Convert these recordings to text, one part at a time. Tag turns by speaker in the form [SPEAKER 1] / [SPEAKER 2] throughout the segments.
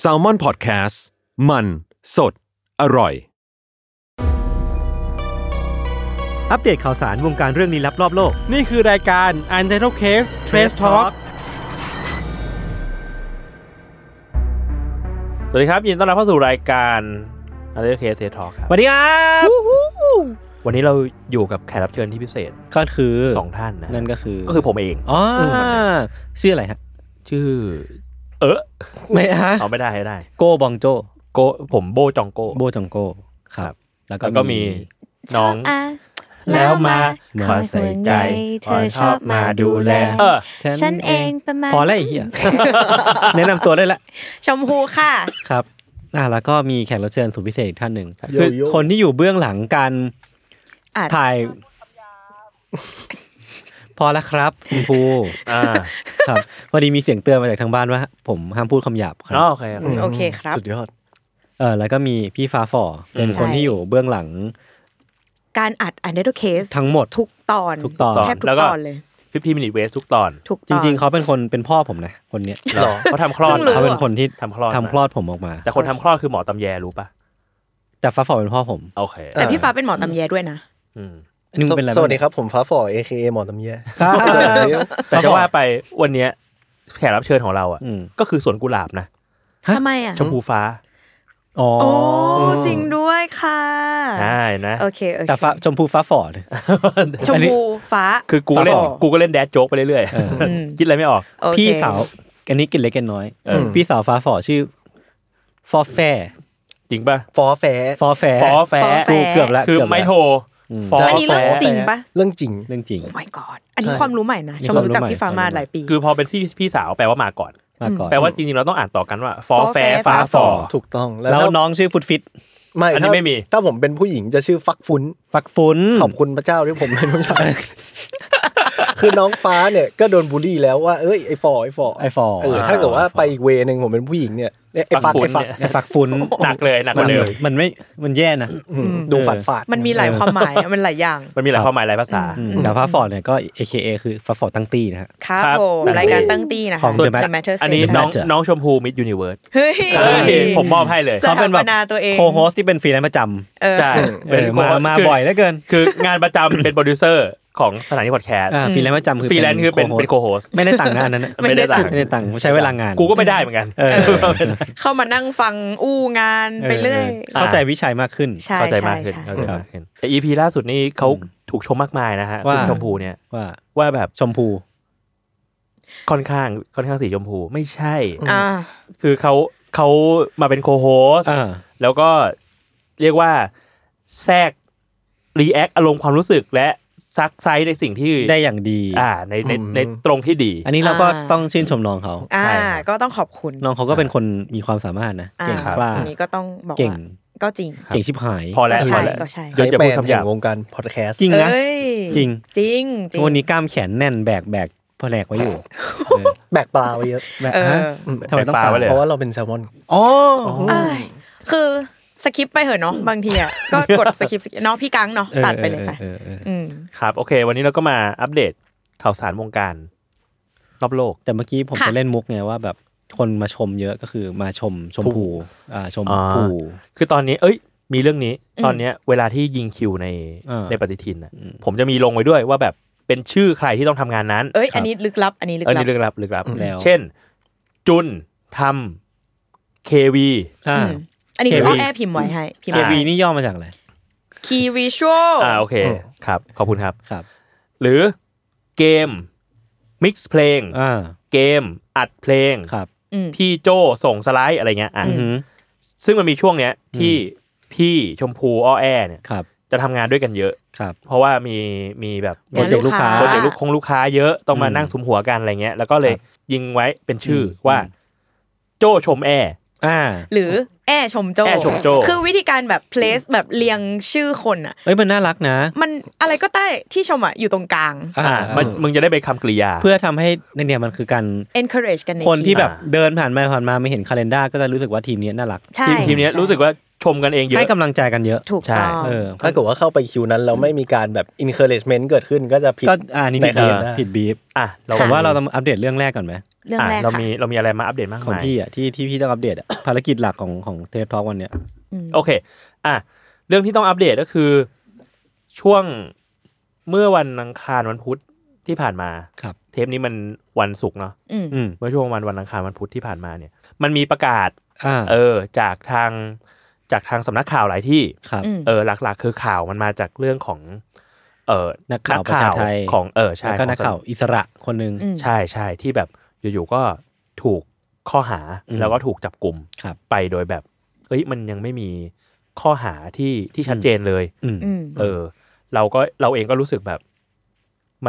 [SPEAKER 1] แซลมอนพอดแคสต์มันสดอร่อย
[SPEAKER 2] อัปเดตข่าวสารวงการเรื่องลี้ลับรอบโลก
[SPEAKER 3] นี่คือรายการ u n t i t l e d Case Trace Talk สวัสดีครับ ยินดีต้อนรับเข้าสู่รายการ u n t i t l e d Case Trace Talk ครับ
[SPEAKER 2] สวัสดีครับ
[SPEAKER 3] วันนี้เราอยู่กับแขกรับเชิญที่พิเศษ
[SPEAKER 2] ก็คือ
[SPEAKER 3] สองท่านนะ
[SPEAKER 2] นั่นก็คือ
[SPEAKER 3] ก็คือผมเอง
[SPEAKER 2] อ๋อชื่ออะไรฮะ
[SPEAKER 3] ชื่อ เออ
[SPEAKER 2] ไม่ฮะ
[SPEAKER 3] เอาไม่ได้ไม่ได้
[SPEAKER 2] โกบองโจ
[SPEAKER 3] โกผมโบจองโก
[SPEAKER 2] โบจองโกครับ แล้ว
[SPEAKER 3] แล้ว
[SPEAKER 2] ก็
[SPEAKER 3] ก็
[SPEAKER 2] มี
[SPEAKER 3] มีน้อง
[SPEAKER 4] แล้วมา
[SPEAKER 2] ข
[SPEAKER 4] ข
[SPEAKER 2] อ
[SPEAKER 4] อ
[SPEAKER 2] ใส่
[SPEAKER 4] ใส่
[SPEAKER 2] ใจ
[SPEAKER 4] ใจ เธอชอบมาดูแล
[SPEAKER 3] เออ
[SPEAKER 4] ฉันเองประมาณ
[SPEAKER 2] พอแล้วไอ้เหี้ย แนะนำตัวได้ละ
[SPEAKER 4] ชมพูค่ะ
[SPEAKER 2] ครับอ่ะแล้วก็มีแขกรับเชิญสุดพิเศษอีกท่านหนึ่งคือคนที่อยู่เบื้องหลังการ
[SPEAKER 4] อาจ
[SPEAKER 2] ถ่าย พอแล้วครับคุณภู
[SPEAKER 3] อ่า
[SPEAKER 2] ครับพอดีมีเสียงเตือนมาจากทางบ้านว่า ผมห้ามพูดคำหยาบครั
[SPEAKER 3] อ๋อโอเคครับ
[SPEAKER 4] โอเคครับ
[SPEAKER 5] สุดยอด
[SPEAKER 2] เออแล้วก็มีพี่ฟ้าฝ่อเป็นคน
[SPEAKER 4] ใช่
[SPEAKER 2] ที่อยู่เบื้องหลัง
[SPEAKER 4] การอัดอันเดอร์เคส
[SPEAKER 2] ทั้งหมด
[SPEAKER 4] ทุกตอน
[SPEAKER 2] ทุกตอน
[SPEAKER 4] แทบทุ
[SPEAKER 3] แล้
[SPEAKER 4] ก
[SPEAKER 3] วก็
[SPEAKER 4] ตอนเลย
[SPEAKER 3] ฟิฟทีมินิเวสทุกตอน
[SPEAKER 4] ทุก
[SPEAKER 2] จ
[SPEAKER 4] ตอน
[SPEAKER 2] ริง ๆ เขาเป็นคนเป็นพ่อผมนะคนเนี้ย
[SPEAKER 3] หรอเขาทำคลอด
[SPEAKER 4] เพิ่งรู้
[SPEAKER 2] เขาเป็นคนที่
[SPEAKER 3] ทำคลอด
[SPEAKER 2] ทำคลอดผมออกมา
[SPEAKER 3] แต่คนทำคลอดคือหมอตำแยรู้ป่ะ
[SPEAKER 2] แต่ฟ้าฝ่อเป็นพ่อผม
[SPEAKER 3] โอเค
[SPEAKER 4] แต่พี่ฟ้าเป็นหมอตำแยด้วยนะ
[SPEAKER 3] อืม
[SPEAKER 2] อันนี่มันเป็นอะไร
[SPEAKER 5] สวัสดีครับ ผมฟ้าฝ่อ AKA หมอตำแย
[SPEAKER 2] ครับ
[SPEAKER 3] แต่จะว่าไปวันเนี้ยแขกรับเชิญของเราอ่ะ
[SPEAKER 2] อืม
[SPEAKER 3] ก็คือสวนกุหลาบนะ
[SPEAKER 4] ทำไมอ่ะ
[SPEAKER 3] ชมพูฟ้า
[SPEAKER 2] อ๋อ
[SPEAKER 4] โอ้ จริงด้วยค่ะ
[SPEAKER 3] ใช่นะ
[SPEAKER 4] โอเคโอเค
[SPEAKER 2] แต่ฟ้าชมพูฟ้าฝ่อเนี่ย
[SPEAKER 4] ชมพูฟ้า
[SPEAKER 3] คือกูก็เล่น
[SPEAKER 4] ฟ้าฝ่อ
[SPEAKER 3] กูก็เล่นแดดโจ๊กไปเรื่อย
[SPEAKER 4] ม
[SPEAKER 3] ๆคิดอะไรไม่ออก
[SPEAKER 4] โอเค
[SPEAKER 2] พี่สาวอันนี้กินเล็กกินน้อย
[SPEAKER 3] เออ
[SPEAKER 2] พี่สาวฟ้าฝ่อชื่อฟอแฟ
[SPEAKER 3] จริงป่ะ
[SPEAKER 5] ฟอแฟ
[SPEAKER 2] ฟอแฟ
[SPEAKER 3] ฟอแฟ
[SPEAKER 2] กูเกือบละ
[SPEAKER 3] คือ
[SPEAKER 2] เกืบละ
[SPEAKER 3] ไม่โทรฟ้
[SPEAKER 4] อันนี้เรื่องจริงปะ
[SPEAKER 5] เรื่องจริง
[SPEAKER 2] เรื่องจริง
[SPEAKER 4] โอ้ my god อันนี้
[SPEAKER 5] ใช่
[SPEAKER 4] ความรู้ใหม่นะ
[SPEAKER 2] นี่
[SPEAKER 4] ชม
[SPEAKER 2] ความรู้
[SPEAKER 4] รู้จัก
[SPEAKER 2] ใหม่
[SPEAKER 4] พี่ฟ้า
[SPEAKER 2] ความรู้
[SPEAKER 4] มา
[SPEAKER 2] ใหม่
[SPEAKER 4] หลายปี
[SPEAKER 3] คือพอเป็นที่พี่สาวแปลว่ามาก่อน
[SPEAKER 2] มาก่อน
[SPEAKER 3] แปลว่าจริงๆเราต้องอ่านต่อกันว่าฟอ
[SPEAKER 4] ฟ้อ
[SPEAKER 3] แฟ
[SPEAKER 4] แฟ
[SPEAKER 3] ฟ้า
[SPEAKER 4] ฟ้า
[SPEAKER 3] ฟ
[SPEAKER 4] ฝ่
[SPEAKER 3] อ
[SPEAKER 4] อ
[SPEAKER 5] ถูกต้อง
[SPEAKER 2] แล้ว
[SPEAKER 5] ถ้า
[SPEAKER 2] น้องชื่อฟุตฟิต
[SPEAKER 5] ไม่
[SPEAKER 3] อันนี้
[SPEAKER 5] ถ้า
[SPEAKER 3] ไม่มี
[SPEAKER 5] ถ้าผมเป็นผู้หญิงจะชื่อฟักฟุ้น
[SPEAKER 2] ฟักฟุ้น
[SPEAKER 5] ขอบคุณพระเจ้าที่ผมเป็นผู้ชาย คือน้องฟ้าเนี่ยก็โดนบูลลี่แล้วว่า เอ้ยไอ้ฟอไอ้ฟอ
[SPEAKER 2] ไอ้ฝ่อ
[SPEAKER 5] เออถ้าเกิดว่าไปอีกเวย์หนึ่งผมเป็นผู้หญิงเนี่ยเรียกไอ้ฟักไอ้ฟัก
[SPEAKER 2] ไอ้ฟักฟุ้น
[SPEAKER 3] หนักเลยหนักกว่าเดิม
[SPEAKER 2] มันไม่มันแย่นะ
[SPEAKER 5] ดูฝาดฝาด
[SPEAKER 4] มันมีหลายความหมายมันหลายอย่าง
[SPEAKER 3] มันมีหลายความหมายหลายภาษา
[SPEAKER 2] อืมแต่ฟ้าฟอร์ดเนี่ยก็ AKA คือฟ้าฟอร์ดตั้งตี้นะฮะ
[SPEAKER 4] ครับ
[SPEAKER 3] ครับ
[SPEAKER 4] ผม
[SPEAKER 3] แต่นี่
[SPEAKER 4] รายการตั้งตี้นะคะ
[SPEAKER 2] ของ The Matter
[SPEAKER 4] The Matter
[SPEAKER 3] อันนี้น้อง
[SPEAKER 2] Matter
[SPEAKER 3] น้องชมพูมิดยูนิเวิร์ส
[SPEAKER 4] เฮ้ย
[SPEAKER 3] ผมมอบให้เลย
[SPEAKER 4] ส
[SPEAKER 2] เขา
[SPEAKER 4] ถา
[SPEAKER 2] เป็น
[SPEAKER 4] ป
[SPEAKER 2] แบบ
[SPEAKER 4] นาตัวเอง
[SPEAKER 2] โคโฮสที่เป็นฟรีแลนซ์ประจ
[SPEAKER 4] เออ
[SPEAKER 3] ใช่
[SPEAKER 2] ำ
[SPEAKER 3] เป็น
[SPEAKER 2] เออมามา
[SPEAKER 3] คื
[SPEAKER 2] บ่อยเหลือเกิน
[SPEAKER 3] คืองานประจำเป็นโปรดิวเซอร์ของสถานีพอดแคสต์
[SPEAKER 2] อ่าฟรีแลนซ์ประจำคือ
[SPEAKER 3] ฟรีแลนซ์คือเป็น
[SPEAKER 2] โฮส
[SPEAKER 3] เป็นโคโฮส
[SPEAKER 2] ไม่ได้ตังค์นะอันนั้นน่ะ
[SPEAKER 3] ไม่ได้ตังค์
[SPEAKER 2] ไม่ได้ตังค์ใช้เวลางาน
[SPEAKER 3] กูก็ไม่ได้เหมือนกัน
[SPEAKER 2] เออ
[SPEAKER 4] เข้ามานั่งฟังอู้งานไปเรื่อย
[SPEAKER 2] ออเข้าใจวิชัยมากขึ้น
[SPEAKER 4] ใช่
[SPEAKER 3] เข้าใจมาก
[SPEAKER 4] ใช่
[SPEAKER 3] ขึ้น
[SPEAKER 4] ใช่
[SPEAKER 3] เข้าใจมากขึ้นแต่ EP ล่าสุดนี้เขาถูกชมมากมายนะฮะ
[SPEAKER 2] ว่า
[SPEAKER 3] คุณชมพูเนี่ย
[SPEAKER 2] ว่า
[SPEAKER 3] ว่าแบบ
[SPEAKER 2] ชมพู
[SPEAKER 3] ค่อนข้างค่อนข้างสีชมพูไม่ใช่
[SPEAKER 4] อ่า
[SPEAKER 3] คือเขาเขามาเป็นโคโฮส
[SPEAKER 2] อ่า
[SPEAKER 3] แล้วก็เรียกว่าแทรกรีแอคอารมณ์ความรู้สึกและซักไซส์ในสิ่งที่
[SPEAKER 2] ได้อย่างดี
[SPEAKER 3] อ่าในในในตรงที่ดี
[SPEAKER 2] อันนี้เราก็
[SPEAKER 4] อ่า
[SPEAKER 2] ต้องชื่นชมน้องเขา
[SPEAKER 4] อ่า
[SPEAKER 3] ใช่ครับ
[SPEAKER 4] ก็ต้องขอบคุณ
[SPEAKER 2] น้องเขาก็เป็นคนมีความสามารถนะ
[SPEAKER 4] อ่า
[SPEAKER 2] เก่งกล้า
[SPEAKER 4] อันนี้ก็ต้องบอก
[SPEAKER 2] เก่ง
[SPEAKER 4] ว่าก็จริง
[SPEAKER 2] เก่งชิบหาย
[SPEAKER 3] พอแล้ว
[SPEAKER 4] ก็
[SPEAKER 3] พ
[SPEAKER 4] ใช่
[SPEAKER 3] อแล้ว
[SPEAKER 4] ก็ใช่
[SPEAKER 3] เดี๋ยวจะพูดคำหยาบ
[SPEAKER 5] วงการพอดแคสต์
[SPEAKER 2] จริงนะ
[SPEAKER 4] เอ้ย
[SPEAKER 2] จริง
[SPEAKER 4] จริงจริง
[SPEAKER 2] วันนี้กล้ามแขนแน่นแบกแบกพอแหลกไว้อยู่เออ
[SPEAKER 5] แบกปลาไว้เยอะ
[SPEAKER 2] แบก
[SPEAKER 4] เอ
[SPEAKER 2] ฮะ
[SPEAKER 4] อ
[SPEAKER 2] ทำไมต้อง
[SPEAKER 3] แบกปลาไว้เลย
[SPEAKER 5] เพราะว่าเราเป็นแซลมอน
[SPEAKER 2] อ๋อ
[SPEAKER 4] เอ้ยคือสคิปไปเหอะเนาะบางทีอ่ะก็กดสคิปสคิปเนาะพี่กังเนาะตัดไปเลยค่ะ
[SPEAKER 2] ออออเออเออ
[SPEAKER 4] อืม
[SPEAKER 3] ครับโอเค วันนี้เราก็มาอัปเดตข่าวสารวงการรอบโลก
[SPEAKER 2] แต่เมื่อกี้ผม
[SPEAKER 4] ค่ะ
[SPEAKER 2] จะเล่นมุกไงว่าแบบคนมาชมเยอะก็คือมาชมชมพูอ่าชม
[SPEAKER 3] อ่า
[SPEAKER 2] พู
[SPEAKER 3] คือตอนนี้ เอ้ย มีเรื่องนี้
[SPEAKER 4] อืม
[SPEAKER 3] ตอนเนี้ยเวลาที่ยิงคิวใน
[SPEAKER 2] อ่า
[SPEAKER 3] ในปฏิทินน่ะผมจะมีลงไว้ด้วยว่าแบบเป็นชื่อใครที่ต้องทำงานนั้น
[SPEAKER 4] เอ้ย อันนี้ลึกลับ อันนี้ลึก
[SPEAKER 3] เออ
[SPEAKER 4] ลับ
[SPEAKER 3] นี่ลึกลับลึกลับ
[SPEAKER 2] แล้ว
[SPEAKER 3] เช่น จุนทำเค KV
[SPEAKER 2] อ่า
[SPEAKER 4] อืมอันนี้คือ
[SPEAKER 2] KV
[SPEAKER 4] อ้อแอพิมพ์ไว้ให้พิมพ์
[SPEAKER 2] เค
[SPEAKER 4] ไว้
[SPEAKER 2] วี
[SPEAKER 4] ให้
[SPEAKER 2] นี่ย่อมาจากอะไร
[SPEAKER 4] คีวิชวล
[SPEAKER 3] อ่าโอเคครับ ขอบคุณครับ
[SPEAKER 2] ครับ
[SPEAKER 3] หรือเกม มิกซ์เพลง
[SPEAKER 2] อ่า
[SPEAKER 3] เกมอัดเพลง
[SPEAKER 2] ครับ
[SPEAKER 4] อืม
[SPEAKER 3] พี่โจส่งสไลด์อะไรเงี้ยอ่ะ
[SPEAKER 4] อื
[SPEAKER 2] อืม
[SPEAKER 3] ซึ่งมันมีช่วงเนี้ยที่พี่ชมพูอ้อแอเนี่ย
[SPEAKER 2] ครับ
[SPEAKER 3] จะทำงานด้วยกันเยอะ
[SPEAKER 2] ครับ
[SPEAKER 3] เพราะว่ามีมีแบบ
[SPEAKER 2] โปรเจกต์ลูกค้า
[SPEAKER 3] โปรเจกต์ลูกคงลูกค้าเยอะต้องมา
[SPEAKER 2] อืม
[SPEAKER 3] นั่งสุมหัวกันอะไรเงี้ยแล้วก็เลย
[SPEAKER 2] ครับ
[SPEAKER 3] ยิงไว้เป็นชื่ออ
[SPEAKER 2] ม
[SPEAKER 3] ว่า โจชมแอร์
[SPEAKER 2] อ่า
[SPEAKER 4] หรือแอชมโจ
[SPEAKER 3] แอ้ชมโจ้
[SPEAKER 4] คือวิธีการแบบ place แบบเรียงชื่อคนอ่ะ
[SPEAKER 2] เอ้ยมันน่ารักนะ
[SPEAKER 4] มันอะไรก็ได้ที่ชมอ่ะอยู่ตรงกลาง
[SPEAKER 2] อ่า
[SPEAKER 3] อ่ะมันมึงจะได้ไปนคำกริยา
[SPEAKER 2] เพื่อทำให้เนี่ยเนี่ยมันคือการ
[SPEAKER 4] encourage กันใน
[SPEAKER 2] คนที่
[SPEAKER 4] ม
[SPEAKER 2] แบบ
[SPEAKER 3] อ่า
[SPEAKER 2] เดินผ่านไปผ่านมาไม่เห็นคาล endar ก็จะรู้สึกว่าทีมเนี้ยน่ารัก
[SPEAKER 4] ใช่
[SPEAKER 3] ทีมทีมเนี้ยรู้สึกว่าชมกันเองเยอะ
[SPEAKER 2] ให้กำลังใจกันเยอะ
[SPEAKER 4] ถูก
[SPEAKER 3] ใช่
[SPEAKER 4] ต้อง
[SPEAKER 2] เออ
[SPEAKER 5] ถ้าเกิดว่าเข้าไปคิวนั้นแล้วไม่มีการแบบ encouragement เกิดขึ้นก็จะผิด
[SPEAKER 2] ก็อ่านี่ผิด
[SPEAKER 5] ใน
[SPEAKER 2] บีฟ
[SPEAKER 5] เออ
[SPEAKER 2] ผิดบีฟ
[SPEAKER 3] อ่ะเรา
[SPEAKER 2] ผมว่าเราต้องอัปเดตเรื่องแรกก่อนไหม
[SPEAKER 4] เรื่อง
[SPEAKER 3] อ่ะ
[SPEAKER 4] แรก
[SPEAKER 3] เรา
[SPEAKER 4] ค่ะ
[SPEAKER 3] มีเรามีอะไรมาอัปเดตมาก
[SPEAKER 2] ของ
[SPEAKER 3] มาย
[SPEAKER 2] พี่อ่ะที่ที่พี่ต้องอัปเดตอะ ภารกิจหลักของของเทปทอล์กวันเนี้ย
[SPEAKER 3] โอเค อ่ะเรื่องที่ต้องอัปเดตก็คือ ช่วงเมื่อวันอังคารวันพุธที่ผ่านมา
[SPEAKER 2] ครับ
[SPEAKER 3] เทปนี้มันวันศุกร์เนาะ
[SPEAKER 4] อืม
[SPEAKER 2] อืม
[SPEAKER 3] เมื่อช่วงวันวันอังคารวันพุธที่ผ่านมาเนี่ย มันมีประกาศ
[SPEAKER 2] อ่า
[SPEAKER 3] เออจากทางจากทางสำนักข่าวหลายที่
[SPEAKER 2] ครับ
[SPEAKER 4] ม
[SPEAKER 3] เออหลักๆ คือข่าวมันมาจากเรื่องของ เออ
[SPEAKER 2] นักข่าวประชาไทย
[SPEAKER 3] ของเออใช่
[SPEAKER 2] แล้วก็นักข่าว
[SPEAKER 3] ของ
[SPEAKER 2] อิสระคนหนึ่ง
[SPEAKER 4] อืม
[SPEAKER 3] ใช่ใช่ที่แบบอยู่ๆก็ถูกข้อหา
[SPEAKER 2] อืม
[SPEAKER 3] แล้วก็ถูกจับกลุ่ม
[SPEAKER 2] ครับ
[SPEAKER 3] ไปโดยแบบเอ้ยมันยังไม่มีข้อหาที่ที่ชัดเจนเลย
[SPEAKER 2] อืม
[SPEAKER 4] อืม
[SPEAKER 3] เออ เราก็เราเองก็รู้สึกแบบ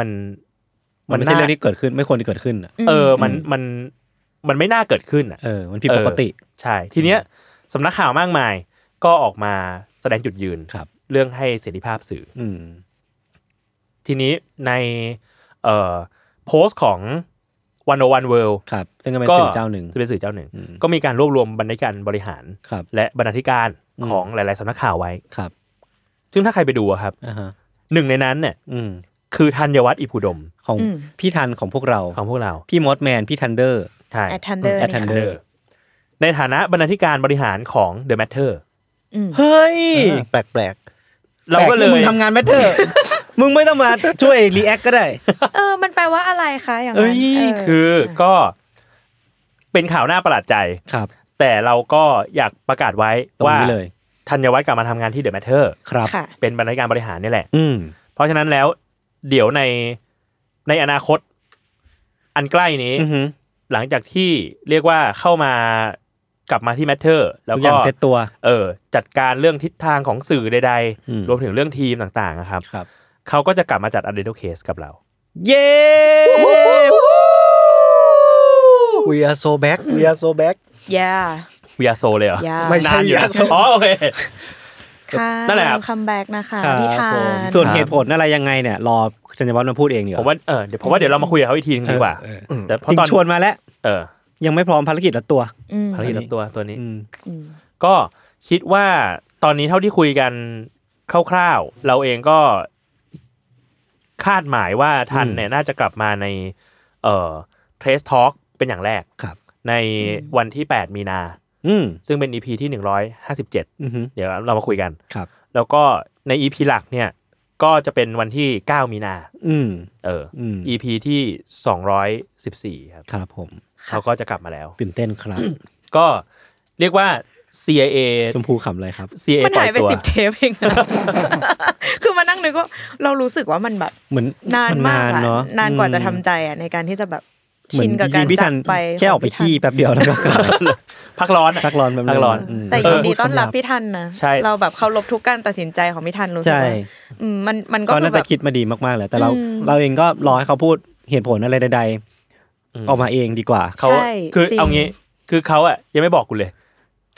[SPEAKER 3] มัน
[SPEAKER 2] มันไม่ใช่
[SPEAKER 3] า
[SPEAKER 2] เรื่องที่เกิดขึ้นไม่ควรที่เกิดขึ้นอะ
[SPEAKER 3] เออมันมันมันไม่น่าเกิดขึ้นอ่ะ
[SPEAKER 2] เออมันผิดปกติ
[SPEAKER 3] ใช่ ทีเนี้ยสำนักข่าวมากมายก็ออกมาแสดงจุดยืน
[SPEAKER 2] ครับ
[SPEAKER 3] เรื่องให้เสรีภาพสื่อ
[SPEAKER 2] อืม
[SPEAKER 3] ทีนี้ในเอ่อโพสต์ของวันโอวันเวิลด์
[SPEAKER 2] ครับ ซึ่งก็เป็นสื่อเจ้าหนึ่ง
[SPEAKER 3] ซึ่เป็นสื่อเจ้าหนึ่ง
[SPEAKER 2] อืม
[SPEAKER 3] ก็มีการรวบรวมบรรณาธิการบริหาร
[SPEAKER 2] ครับ
[SPEAKER 3] และบรรณาธิการของหลาย ๆสำนักข่าวไว้
[SPEAKER 2] ครับ
[SPEAKER 3] ซึ่งถ้าใครไปดูอะครับ
[SPEAKER 2] อ่าฮะ
[SPEAKER 3] หนึ่งในนั้นเนี่ย
[SPEAKER 2] อืม
[SPEAKER 3] คือธัญวัฒน์อิพุดม
[SPEAKER 2] ของ
[SPEAKER 4] อืม
[SPEAKER 2] พี่ทันของพวกเรา
[SPEAKER 3] ของพวกเรา
[SPEAKER 2] พี่มอสแมนพี่ทันเดอร์
[SPEAKER 3] ใช่
[SPEAKER 4] แอดทันเดอร์
[SPEAKER 2] แอดทันเดอร์
[SPEAKER 3] ในฐานะบรรณาธิการบริหารของ The Matter
[SPEAKER 2] เฮ้ย
[SPEAKER 5] แปลกแปลก
[SPEAKER 3] เราก็เลย
[SPEAKER 2] แปที่มึงทำงานแมทเทอร์ มึงไม่ต้องมาช่วยรีแอคก็ได้
[SPEAKER 4] เออ มันแปลว่าอะไรคะอย่าง
[SPEAKER 3] เอ้
[SPEAKER 4] นั้น
[SPEAKER 3] ย
[SPEAKER 4] เ
[SPEAKER 3] คือก็เป็นข่าวหน้าประหลาดใจ
[SPEAKER 2] ครับ
[SPEAKER 3] แต่เราก็อยากประกาศไว้
[SPEAKER 2] ตรง
[SPEAKER 3] ว่า
[SPEAKER 2] นี้เลย
[SPEAKER 3] ธัญวัฒน์กลับมาทำงานที่เดอะแมทเทอร์
[SPEAKER 2] ครับ
[SPEAKER 4] ค่ะ
[SPEAKER 3] เป็นบรรณาธิการบริหารนี่แหละ
[SPEAKER 2] อืม
[SPEAKER 3] เพราะฉะนั้นแล้วเดี๋ยวในในอนาคต อันใกล้นี้
[SPEAKER 2] อือหือ
[SPEAKER 3] หลังจากที่เรียกว่าเข้ามากลับมาที่แมทเทอร์แล้ว
[SPEAKER 2] ทุกอ
[SPEAKER 3] ก็
[SPEAKER 2] ย่างเซตตัว
[SPEAKER 3] เออจัดการเรื่องทิศทางของสื่อใด
[SPEAKER 2] อืม
[SPEAKER 3] ๆ รวมถึงเรื่องทีมต่างๆนะครับ
[SPEAKER 2] ครับ
[SPEAKER 3] เขาก็จะกลับมาจัดอันเดอร์เคสกับเรา
[SPEAKER 2] เย้
[SPEAKER 5] ๆ We are so back We are so back
[SPEAKER 4] yeah
[SPEAKER 3] วิอาโซเลยเหรอ
[SPEAKER 4] yeah
[SPEAKER 5] ไม่ใช่
[SPEAKER 3] นานอ
[SPEAKER 5] We
[SPEAKER 3] ยู่
[SPEAKER 5] are so
[SPEAKER 3] อ๋อโอเค
[SPEAKER 4] ค่ะ
[SPEAKER 3] นั่นแหละครับ
[SPEAKER 4] คัมแบ็กนะคะ
[SPEAKER 2] ครับ
[SPEAKER 4] พี่ทา
[SPEAKER 2] ผม
[SPEAKER 4] น
[SPEAKER 2] ส่วนเหตุผลอะไรยังไงเนี่ย รอชัญวัฒน์มาพูดเองเดี๋ย
[SPEAKER 3] ผมว่าเออเดี๋ยวผมว่าเดี๋ยวเรามาคุยกับเขาอีกทีนึงดีกว่า
[SPEAKER 2] เออ
[SPEAKER 3] แต่เพ
[SPEAKER 2] จริง
[SPEAKER 3] ราะตอน
[SPEAKER 2] ชวนมาแล้ว
[SPEAKER 3] เออ
[SPEAKER 2] ยังไม่พร้อมภารกิจละตัว
[SPEAKER 4] อืม
[SPEAKER 3] ภารกิจรับตัวตัวนี้
[SPEAKER 2] อืม
[SPEAKER 3] ก็คิดว่าตอนนี้เท่าที่คุยกันคร่าวๆ เราเองก็คาดหมายว่าทัน
[SPEAKER 2] อืม
[SPEAKER 3] เนี่ยน่าจะกลับมาในเอ่อเทรสทอล์กเป็นอย่างแรก
[SPEAKER 2] ครับ
[SPEAKER 3] ในวันที่ 8 มีนา
[SPEAKER 2] อืม
[SPEAKER 3] ซึ่งเป็น EP ที่ 157 เ
[SPEAKER 2] อือหือ
[SPEAKER 3] ดี๋ยวเรามาคุยกัน
[SPEAKER 2] ครับ
[SPEAKER 3] แล้วก็ใน EP หลักเนี่ยก็จะเป็นวันที่ 9 มีนา
[SPEAKER 2] อืม
[SPEAKER 3] เอออ
[SPEAKER 2] ม
[SPEAKER 3] EP ที่ 214 ครับ
[SPEAKER 2] ครับผม
[SPEAKER 3] เขาก็จะกลับมาแล้ว
[SPEAKER 2] ตื่นเต้นครับ
[SPEAKER 3] ก็เรียกว่า CIA
[SPEAKER 2] ชมพูขำอะไรครับ
[SPEAKER 3] CIA
[SPEAKER 4] มัน
[SPEAKER 3] ปล่
[SPEAKER 4] หา
[SPEAKER 3] อย ย
[SPEAKER 4] ไป
[SPEAKER 3] ตัว
[SPEAKER 4] สิบเทปเอง อะคือมานั่งนึกว่าเรารู้สึกว่ามันแบบ
[SPEAKER 2] เหมือน
[SPEAKER 4] นานมาก
[SPEAKER 2] น
[SPEAKER 4] อะ
[SPEAKER 2] เนาะ
[SPEAKER 4] นานกว่าจะทำ
[SPEAKER 2] อืม
[SPEAKER 4] ใจอะในการที่จะแบบ
[SPEAKER 2] เหมื
[SPEAKER 4] ชิ
[SPEAKER 2] อน น
[SPEAKER 4] กับ
[SPEAKER 2] จ
[SPEAKER 4] กา
[SPEAKER 2] ริ
[SPEAKER 4] รง
[SPEAKER 2] ๆพี่ทั
[SPEAKER 4] จั
[SPEAKER 2] น
[SPEAKER 4] กไป
[SPEAKER 2] แค่ออกไป
[SPEAKER 4] งพี่
[SPEAKER 2] ขี้
[SPEAKER 4] ทัน
[SPEAKER 2] แป๊บเดียวแล้วก็
[SPEAKER 3] พักร้อนอะ
[SPEAKER 2] พักร้อนแป๊บนึง
[SPEAKER 3] พักร้อน
[SPEAKER 2] อืม
[SPEAKER 4] แต่
[SPEAKER 3] เอ
[SPEAKER 4] ยิ
[SPEAKER 3] อน
[SPEAKER 4] ดีต้อนรับพี่ทันนะ
[SPEAKER 3] ใช่
[SPEAKER 4] เราแบบเคารพทุกการตัดสินใจของพี่ทันรู้สึก
[SPEAKER 2] ใช่
[SPEAKER 4] ว่าอืมมันมันก็
[SPEAKER 2] ก็
[SPEAKER 4] คือ
[SPEAKER 2] น่า
[SPEAKER 4] แบ
[SPEAKER 2] จะ
[SPEAKER 4] บ
[SPEAKER 2] คิดมาดีมากๆแหละแต่เรา
[SPEAKER 4] อืม
[SPEAKER 2] เราเองก็รอให้เขาพูดเหตุผลอะไรใดๆออกมาเองดีกว่า
[SPEAKER 3] เขา
[SPEAKER 4] ใช่
[SPEAKER 3] คือ
[SPEAKER 4] จริง
[SPEAKER 3] เอางี้คือเขาอะยังไม่บอกกูเลย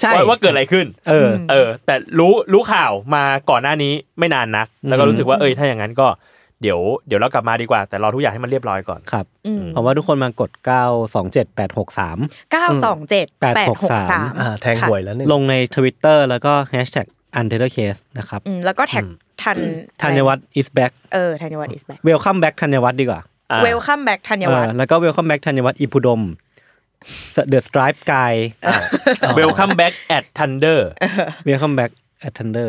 [SPEAKER 2] ใช่
[SPEAKER 3] ว่าว่าเกิดอะไรขึ้น
[SPEAKER 2] เออ
[SPEAKER 3] เออ แต่รู้รู้ข่าวมาก่อนหน้านี้ไม่นานนัก แล้วก็รู้สึกว่าเอ้ยถ้าอย่างนั้นก็เดี๋ยวเดี๋ยวเรากลับมาดีกว่า แต่รอทุกอย่างให้มันเรียบร้อยก่อน
[SPEAKER 2] ครับ
[SPEAKER 4] อืม
[SPEAKER 2] ผมว่าทุกคนมากด 9 2 7 8 6 3
[SPEAKER 4] เก้าสองเจ็ด
[SPEAKER 2] แปด
[SPEAKER 4] แปด
[SPEAKER 2] หก
[SPEAKER 4] หก
[SPEAKER 2] สา
[SPEAKER 4] สาม ม
[SPEAKER 5] อ่าแทงหวยแล้วหนึ่ง
[SPEAKER 2] ลงใน Twitter แล้วก็ Hashtag u n t e r Case นะครับ
[SPEAKER 4] อืมแล้วก็แท็กทัน
[SPEAKER 2] ธัญวัฒน์ is back
[SPEAKER 4] เออธัญวัฒน์ is back
[SPEAKER 2] welcome back ธัญวัฒน์ดีกว่า
[SPEAKER 3] อ่า
[SPEAKER 4] เวลคัมแบ็กธัญ
[SPEAKER 2] เอ
[SPEAKER 4] วั
[SPEAKER 2] อ
[SPEAKER 4] ฒน์
[SPEAKER 2] แล้วก็ welcome back ธัญวัฒน์อิพุดม the stripe guy
[SPEAKER 3] Welcome back at Thunder
[SPEAKER 2] welcome back at thunder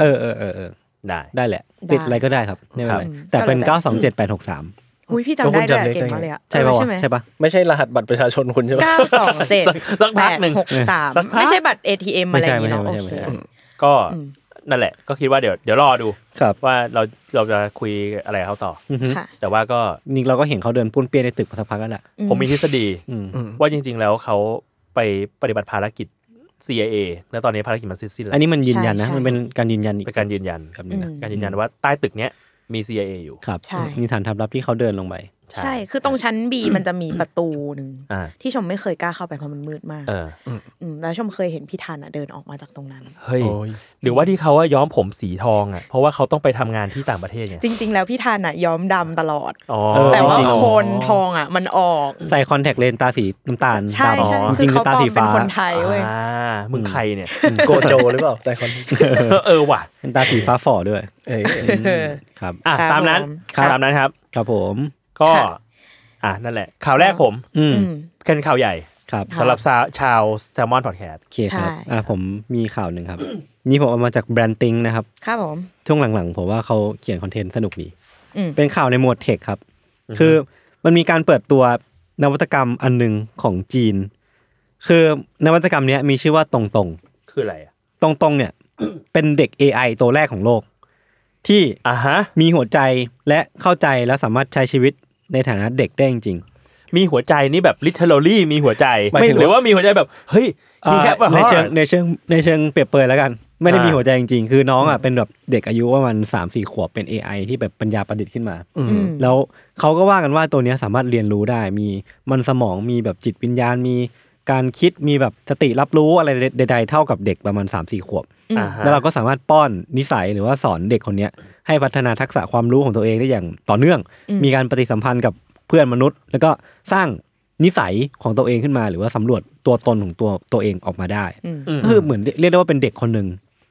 [SPEAKER 3] เออ
[SPEAKER 2] เออเออเออเออ
[SPEAKER 3] ได้
[SPEAKER 2] ได้แหละ ติดอะไรก็ได้ครับไม่เป็นไรแต่เป็น 9 2 7 8 6 3
[SPEAKER 4] อุ้ยพี่จำ
[SPEAKER 5] ก็คุ
[SPEAKER 4] ได้
[SPEAKER 5] ณ
[SPEAKER 4] ด้วยอะ
[SPEAKER 5] จำเลข
[SPEAKER 4] เก่ง
[SPEAKER 5] ได้ไง
[SPEAKER 4] มากเลยอะ
[SPEAKER 2] ใช่ปะ
[SPEAKER 4] เออ
[SPEAKER 2] วะ
[SPEAKER 4] ไหม
[SPEAKER 2] ใช่ปะ
[SPEAKER 5] ไม่ใช่รหัสบัตรประชาชนคุณใช่ปะ
[SPEAKER 4] เก้าสองเจ็ด
[SPEAKER 3] สักพั
[SPEAKER 4] แป
[SPEAKER 3] ก
[SPEAKER 4] ด
[SPEAKER 3] หนึ่ง
[SPEAKER 4] หกสามไม่ใช่บัตร ATM อะไรอย่างงี้เนาะโอเค
[SPEAKER 3] ก็
[SPEAKER 4] อืม
[SPEAKER 3] นั่นแหละ ก็คิดว่าเดี๋ยวเดี๋ยวรอดู
[SPEAKER 2] ครับ
[SPEAKER 3] ว่าเราเราจะคุยอะไรกับเขาต่อ
[SPEAKER 2] อือฮึ
[SPEAKER 4] ค่ะ
[SPEAKER 3] แต่ว่าก็
[SPEAKER 2] นี่เราก็เห็นเขาเดินป้วนเปี้ยนในตึกมาสักพักแล้วแหละ
[SPEAKER 4] อืม
[SPEAKER 3] ผมมีทฤษฎี
[SPEAKER 2] อืม
[SPEAKER 3] ว่าจริง ๆ แล้วเขาไปปฏิบัติภารกิจ CIA แล้วตอนนี้ภารกิจมันสิ้นสิ้นแล้
[SPEAKER 2] อั
[SPEAKER 3] วน
[SPEAKER 2] นี้มันยืนยันนะ
[SPEAKER 4] ใช่ใช่
[SPEAKER 2] มันเป็นการยืนยันอีก
[SPEAKER 3] เป็นการยืนยัน
[SPEAKER 2] แบบนี้นะ
[SPEAKER 3] การยืนยันว่าใต้ตึกเนี้ยมี CIA อยู่
[SPEAKER 2] ครับ
[SPEAKER 4] ใช่
[SPEAKER 2] นี่ฐานทัพลับที่เขาเดินลงไป
[SPEAKER 4] ใช่ คือตรงชั้นบีมันจะมีประตูหนึ่ง
[SPEAKER 3] อ่า
[SPEAKER 4] ที่ชมไม่เคยกล้าเข้าไปเพราะมันมืดมาก
[SPEAKER 3] เออ
[SPEAKER 4] มแล้วชมเคยเห็นพี่ทันอะเดินออกมาจากตรงนั้น
[SPEAKER 3] เฮ้ยหรือว่าที่เขาว่าย้อมผมสีทองอ่ะเพราะว่าเขาต้องไปทำงานที่ต่างประเทศไง
[SPEAKER 4] จริง ๆ แล้วพี่ทันอะย้อมดำตลอด
[SPEAKER 3] อ๋อ
[SPEAKER 2] เออ
[SPEAKER 4] แต่ว่า
[SPEAKER 2] จริงๆ
[SPEAKER 4] โคนทองอะมันออก
[SPEAKER 2] ใส่คอนแทคเลนส์ตาสีน้ำตาล
[SPEAKER 4] ใช่ใช่
[SPEAKER 2] ดำจ
[SPEAKER 4] คื
[SPEAKER 2] ริๆคื
[SPEAKER 4] องเขา
[SPEAKER 2] อตา
[SPEAKER 4] ปลอม
[SPEAKER 2] สี
[SPEAKER 4] เป็น
[SPEAKER 2] ฟ้า
[SPEAKER 4] คนไทยเว้ย
[SPEAKER 3] อ่ามึงใครเนี่ย
[SPEAKER 5] โกโจหรือเปล่าใจคอน
[SPEAKER 3] เออว่ะ
[SPEAKER 2] เป็นตาสีฟ้าฝ่อด้วย
[SPEAKER 5] เอ้ย
[SPEAKER 2] ครับ
[SPEAKER 3] อ่ะ
[SPEAKER 4] ครับ
[SPEAKER 3] ตามนั้น
[SPEAKER 4] ผม
[SPEAKER 3] ครับตามนั้นครับ
[SPEAKER 2] ครับผม
[SPEAKER 3] ก็
[SPEAKER 4] ค่ะ
[SPEAKER 3] อ่ะนั่นแหละ ข่าวแรกผม
[SPEAKER 2] อืม
[SPEAKER 4] อืม
[SPEAKER 3] เป็นข่าวใหญ่
[SPEAKER 2] ครับ
[SPEAKER 4] ค่ะ
[SPEAKER 3] สำหรับชาวชาวแซลมอนพอดแคสต์
[SPEAKER 2] โอเคครับ
[SPEAKER 4] ใช่
[SPEAKER 2] อ่ะผมมีข่าวหนึ่งครับ นี่ผมเอามาจากแบรนด์ติงนะครับ
[SPEAKER 4] ครับผม
[SPEAKER 2] ช่วงหลังๆ ผมว่าเขาเขียนคอนเทนต์สนุกดี
[SPEAKER 4] อืม
[SPEAKER 2] เป็นข่าวในหมวดเทคครับ คือมันมีการเปิดตัวนวัตกรรมอันหนึ่งของจีน คือนวัตกรรมเนี้ยมีชื่อว่าตรงตรง
[SPEAKER 3] คืออะไรอ่ะ
[SPEAKER 2] ตรงตรงๆเนี่ย เป็นเด็ก AI ตัวแรกของโลก ที่
[SPEAKER 3] อ่ะฮะ
[SPEAKER 2] มีหัวใจและเข้าใจและสามารถใช้ชีวิตในฐานะเด็กได้จริง
[SPEAKER 3] มีหัวใจนี่แบบลิเทอรี่มีหัวใจ
[SPEAKER 2] หมายถึง
[SPEAKER 3] หรือว่ามีหัวใจแบบเฮ้ย
[SPEAKER 2] ๆอ่า
[SPEAKER 3] he have a heart
[SPEAKER 2] ในเชิงในเชิงในเชิงเปรียบเปรยแล้วกัน ไม่ได้มี
[SPEAKER 3] อ่า
[SPEAKER 2] หัวใจจริง ๆ คือน้องอ่ะเป็นแบบเด็กอายุประมาณสามสี่ขวบเป็น AI ที่แบบปัญญาประดิษฐ์ขึ้นมา
[SPEAKER 4] อืม
[SPEAKER 2] แล้วเขาก็ว่ากันว่าตัวเนี้ยสามารถเรียนรู้ได้ มีมันสมองมีแบบจิตวิญญาณมีการคิดมีแบบสติรับรู้อะไรใดๆเท่ากับเด็กประมาณ3ามสี่ขวบ
[SPEAKER 3] อ่าฮะ
[SPEAKER 2] แล้วเราก็สามารถป้อนนิสัยหรือว่าสอนเด็กคนเนี้ยให้พัฒนาทักษะความรู้ของตัวเองได้อย่างต่อเนื่อง มีการปฏิสัมพันธ์กับเพื่อนมนุษย์ แล้วก็สร้างนิสัยของตัวเองขึ้นมา หรือว่าสำรวจตัวตนของตัวตัวเองออกมาได้ ก็คือเหมือนเรียกได้ว่าเป็นเด็กคนหนึ่ง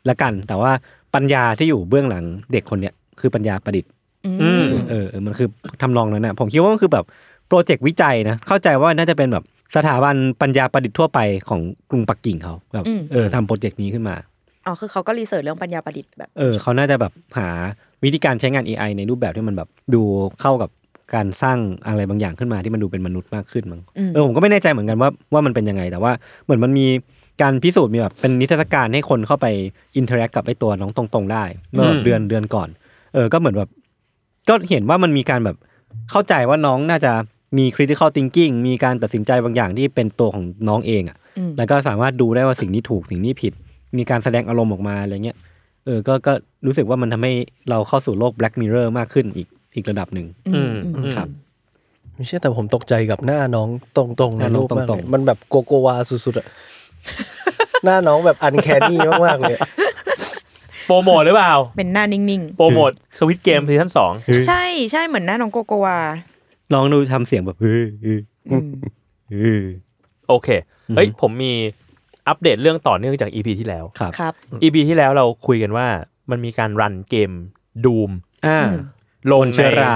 [SPEAKER 2] ละกัน แต่ว่าปัญญาที่อยู่เบื้องหลังเด็กคนเนี้ยคือปัญญาประดิษฐ์
[SPEAKER 3] อืม
[SPEAKER 2] เออเออมันคือทำนองนั้นนะผมคิดว่ามันคือแบบโปรเจกต์วิจัยนะ เข้าใจว่าน่าจะเป็นแบบสถาบันปัญญาประดิษฐ์ทั่วไปของกรุงปักกิ่งเขาแบบเออทำโปรเจกต์นี้ขึ้นมา
[SPEAKER 4] อ๋อคือเขาก็รีเสิร์ชเรื่องปัญญาประดิษฐ์แบบ
[SPEAKER 2] เออเขาน่าจะแบบหาวิธีการใช้งาน AI ในรูปแบบที่มันแบบดูเข้ากับการสร้างอะไรบางอย่างขึ้นมาที่มันดูเป็นมนุษย์มากขึ้นมั้ง
[SPEAKER 4] อืม
[SPEAKER 2] เออผมก็ไม่แน่ใจเหมือนกันว่าว่ามันเป็นยังไง แต่ว่าเหมือนมันมีการพิสูจน์มีแบบเป็นนิทรรศการให้คนเข้าไปอินเทอร์แอคกับไอ้ตัวน้องตรงๆได้เมื่อแบบเดือนเดือนก่อน เออก็เหมือนแบบ ก็เห็นว่ามันมีการแบบเข้าใจว่าน้องน่าจะมี critical thinking มีการตัดสินใจบางอย่างที่เป็นตัวของน้องเองอะ่ะ แล้วก็สามารถดูได้ว่าสิ่งนี้ถูกสิ่งนี้ผิด มีการแสดงอารมณ์ออกมาอะไรเงี้ย เออก็ก็รู้สึกว่ามันทำให้เราเข้าสู่โลก Black Mirror มากขึ้นอีกอีกระดับหนึ่ง
[SPEAKER 3] อืม
[SPEAKER 2] ครับ
[SPEAKER 5] ไม่ใช่แต่ผมตกใจกับหน้าน้องตรงๆ
[SPEAKER 2] ห
[SPEAKER 5] ใน
[SPEAKER 2] น้าน้อง
[SPEAKER 5] รูปมาก
[SPEAKER 2] ตรง
[SPEAKER 5] เลย
[SPEAKER 2] ๆ
[SPEAKER 5] มันแบบโกโกวาสุ ดๆอะหน้าน้องแบบอันแคนนี่มากๆเลย
[SPEAKER 3] โปรโมทหรือเปล่า
[SPEAKER 4] เป็นหน้านิ่ง
[SPEAKER 3] โปรโมทสวิตเกมซีซั่นสอง
[SPEAKER 4] ๆ ใช่ใช่เหมือนหน้าน้องโกโกวา
[SPEAKER 2] ลองดูทำเสียงแบบเออเออเออ
[SPEAKER 3] โอเค เฮ้ย ผมมีอัปเดตเรื่องต่อเนื่องจาก EP ที่แล้ว
[SPEAKER 2] ครับ
[SPEAKER 4] ครับ
[SPEAKER 3] EP ที่แล้วเราคุยกันว่ามันมีการรันเกมดูม
[SPEAKER 2] อ่า
[SPEAKER 3] ล
[SPEAKER 2] ค
[SPEAKER 3] ง
[SPEAKER 2] น
[SPEAKER 3] ใน
[SPEAKER 2] เชื้อรา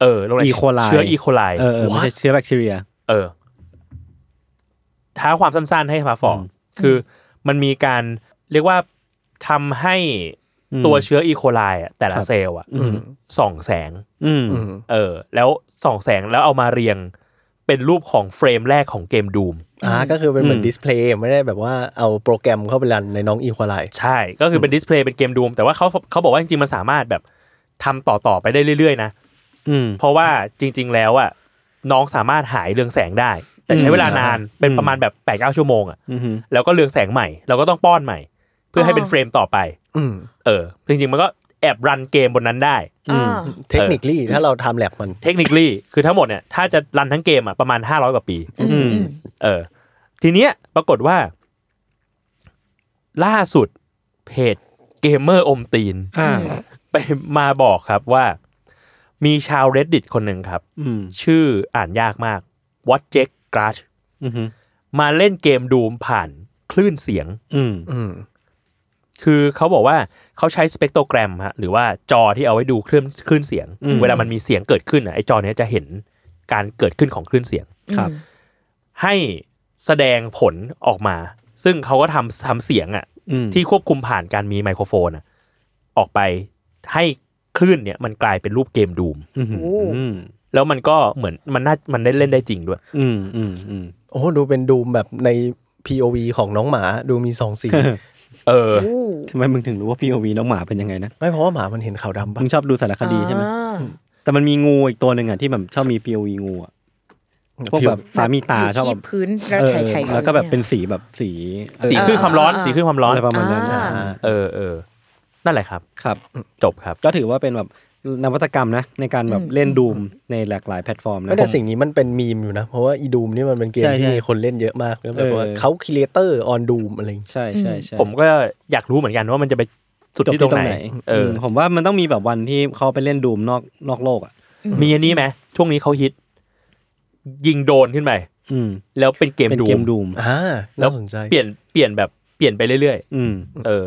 [SPEAKER 3] เออลงใน
[SPEAKER 2] E.coli
[SPEAKER 3] เชื้ออีโคไล
[SPEAKER 2] เออเออไม่ใช่เชื้อแบคทีเรีย
[SPEAKER 3] เออท้าความสั้นๆให้ฟ้าฟองคือมันมีการเรียกว่าทำให้
[SPEAKER 2] อืม
[SPEAKER 3] ตัวเชื้ออีโคไลอะแต่ละ
[SPEAKER 2] ครับ
[SPEAKER 3] เซลล์อะส่องแสง
[SPEAKER 2] อืม
[SPEAKER 3] เออ แล้วส่องแสงแล้วเอามาเรียงเป็นรูปของเฟรมแรกของเกมดูม
[SPEAKER 5] อ่าก็คือเป็นเหมือ
[SPEAKER 2] อื
[SPEAKER 5] น
[SPEAKER 2] ม
[SPEAKER 5] ดิสเพลย์ไม่ได้แบบว่าเอาโปรแกรมเข้าไปรันในน้องอีควอไล
[SPEAKER 3] ใช่ ก็คือเป็นดิสเพลย์เป็นเกมดูมแต่ว่าเขาเขาบอกว่าจริงๆ มันสามารถแบบทำต่อๆ ไปได้เรื่อยๆนะ
[SPEAKER 2] อืม
[SPEAKER 3] เพราะว่าจริง ๆ แล้วอะน้องสามารถหายเรืองแสงได้ แต่ใช้เวลานานเป็นประมาณแบบ8ปดเก้าชั่วโมงอะ
[SPEAKER 2] อือหือ
[SPEAKER 3] แล้วก็เรืองแสงใหม่ เราก็ต้องป้อนใหม่ เพื่อให้เป็นเฟรมต่อไป
[SPEAKER 5] อืม
[SPEAKER 3] เออ จริง ๆ มันก็แอบรันเกมบนนั้นได้
[SPEAKER 4] อ่า
[SPEAKER 5] เทคนิคลี่ถ้าเราทำแลบมัน
[SPEAKER 3] เทคนิคลี่คือทั้งหมดเนี่ย ถ้าจะรันทั้งเกมอ่ะประมาณ 500 กว่าปี
[SPEAKER 2] อืม
[SPEAKER 3] เออ ทีเนี้ยปรากฏว่า ล่าสุดเพจเกมเมอร์อมตีน
[SPEAKER 2] อ่า
[SPEAKER 3] ไปมาบอกครับว่า มีชาว reddit คนหนึ่งครับ
[SPEAKER 2] อืม
[SPEAKER 3] ชื่ออ่านยากมาก what j e k g r u s h
[SPEAKER 2] อือหือ
[SPEAKER 3] มาเล่นเกมดูมผ่านคลื่นเสียง
[SPEAKER 2] อืม
[SPEAKER 5] อืม
[SPEAKER 3] คือเขาบอกว่าเขาใช้สเปกโตรแกรมฮะหรือว่าจอที่เอาไว้ดูคลื่นคลื่นเสียง เวลามันมีเสียงเกิดขึ้นอ่ะไอจอเนี้ยจะเห็นการเกิดขึ้นของคลื่นเสียง
[SPEAKER 2] ครับ
[SPEAKER 3] ให้แสดงผลออกมา ซึ่งเขาก็ทำทำเสียงอ่ะ
[SPEAKER 2] อืม
[SPEAKER 3] ที่ควบคุมผ่านการมีไมโครโฟนอ่ะออกไปให้คลื่นเนี่ยมันกลายเป็นรูปเกมดูม
[SPEAKER 2] อืม
[SPEAKER 4] โอ้
[SPEAKER 2] อืม
[SPEAKER 3] แล้วมันก็เหมือนมันน่ามันได้เล่นได้จริงด้วย
[SPEAKER 2] อืมอืมอืม
[SPEAKER 5] โอ้โหดูเป็นดูมแบบใน POV ของน้องหมาดูมีสองสี
[SPEAKER 3] เออ
[SPEAKER 2] ทำไมมึงถึงรู้ว่า POV น้องหมาเป็นยังไงนะ
[SPEAKER 5] ไม่เพราะว่าหมามันเห็นขาวดำปะ
[SPEAKER 2] มึงชอบดูสารคดีใช่ไหม
[SPEAKER 4] อ่า
[SPEAKER 2] แต่มันมีงูอีกตัวหนึ่งอ่ะที่แบบชอบมี POV งูอ่ะ พวกแบบสามีตาชอบ
[SPEAKER 4] อยู่
[SPEAKER 2] แบ
[SPEAKER 4] ที่
[SPEAKER 2] บ
[SPEAKER 4] พื้นแล้ว
[SPEAKER 2] เออ
[SPEAKER 4] ถ่ายถ่าย
[SPEAKER 2] แล้วก็แบบเป็นสีแบบสี
[SPEAKER 3] สีคลื่นความร้อน
[SPEAKER 4] อ่า
[SPEAKER 3] สีคลื่นความร้อน
[SPEAKER 2] อะไรประมาณนั้น
[SPEAKER 4] อ่า
[SPEAKER 3] เออเออ นั่นแหละครับ
[SPEAKER 2] ครับ
[SPEAKER 3] จบครับ
[SPEAKER 2] ก็ถือว่าเป็นแบบนวัตกรรมนะ ในการแบบเล่นดูมในหลากหลายแพลตฟอร์มนะ
[SPEAKER 5] ไม่แต่
[SPEAKER 2] ผม
[SPEAKER 5] สิ่งนี้มันเป็นมีมอยู่นะ เพราะว่าอีดูมนี่มันเป็นเกม
[SPEAKER 2] ใช่
[SPEAKER 5] ที่
[SPEAKER 2] ใช่
[SPEAKER 5] มีคนเล่นเยอะมากแล้วแบบว่า
[SPEAKER 2] เออ
[SPEAKER 5] เขาค r ี a เตอร์ออนดูมอะไรอย่างเงี้ย
[SPEAKER 2] ใช่ใช่ใช่
[SPEAKER 3] ผมก็อยากรู้เหมือนกันว่ามันจะไปสุด
[SPEAKER 2] จบ
[SPEAKER 3] ที่ตรงไหน เออ
[SPEAKER 2] ม
[SPEAKER 3] อ
[SPEAKER 2] ผมว่ามันต้องมีแบบวันที่เขาไปเล่นดูมนอกนอกโลกอ่ะ
[SPEAKER 3] มีอันนี้ไหมช่วงนี้เขาฮิต ยิงโดรนขึ้นไป
[SPEAKER 2] อืม
[SPEAKER 3] แล้วเป็นเกม
[SPEAKER 2] เป็น
[SPEAKER 3] ดู
[SPEAKER 2] เกม
[SPEAKER 3] ม
[SPEAKER 2] ดูม
[SPEAKER 5] อ่า
[SPEAKER 3] แล้ว
[SPEAKER 5] น่าสนใจ
[SPEAKER 3] เปลี่ยนเปลี่ยนแบบเปลี่ยนไปเรื่อย
[SPEAKER 2] อืม
[SPEAKER 3] ๆ เออ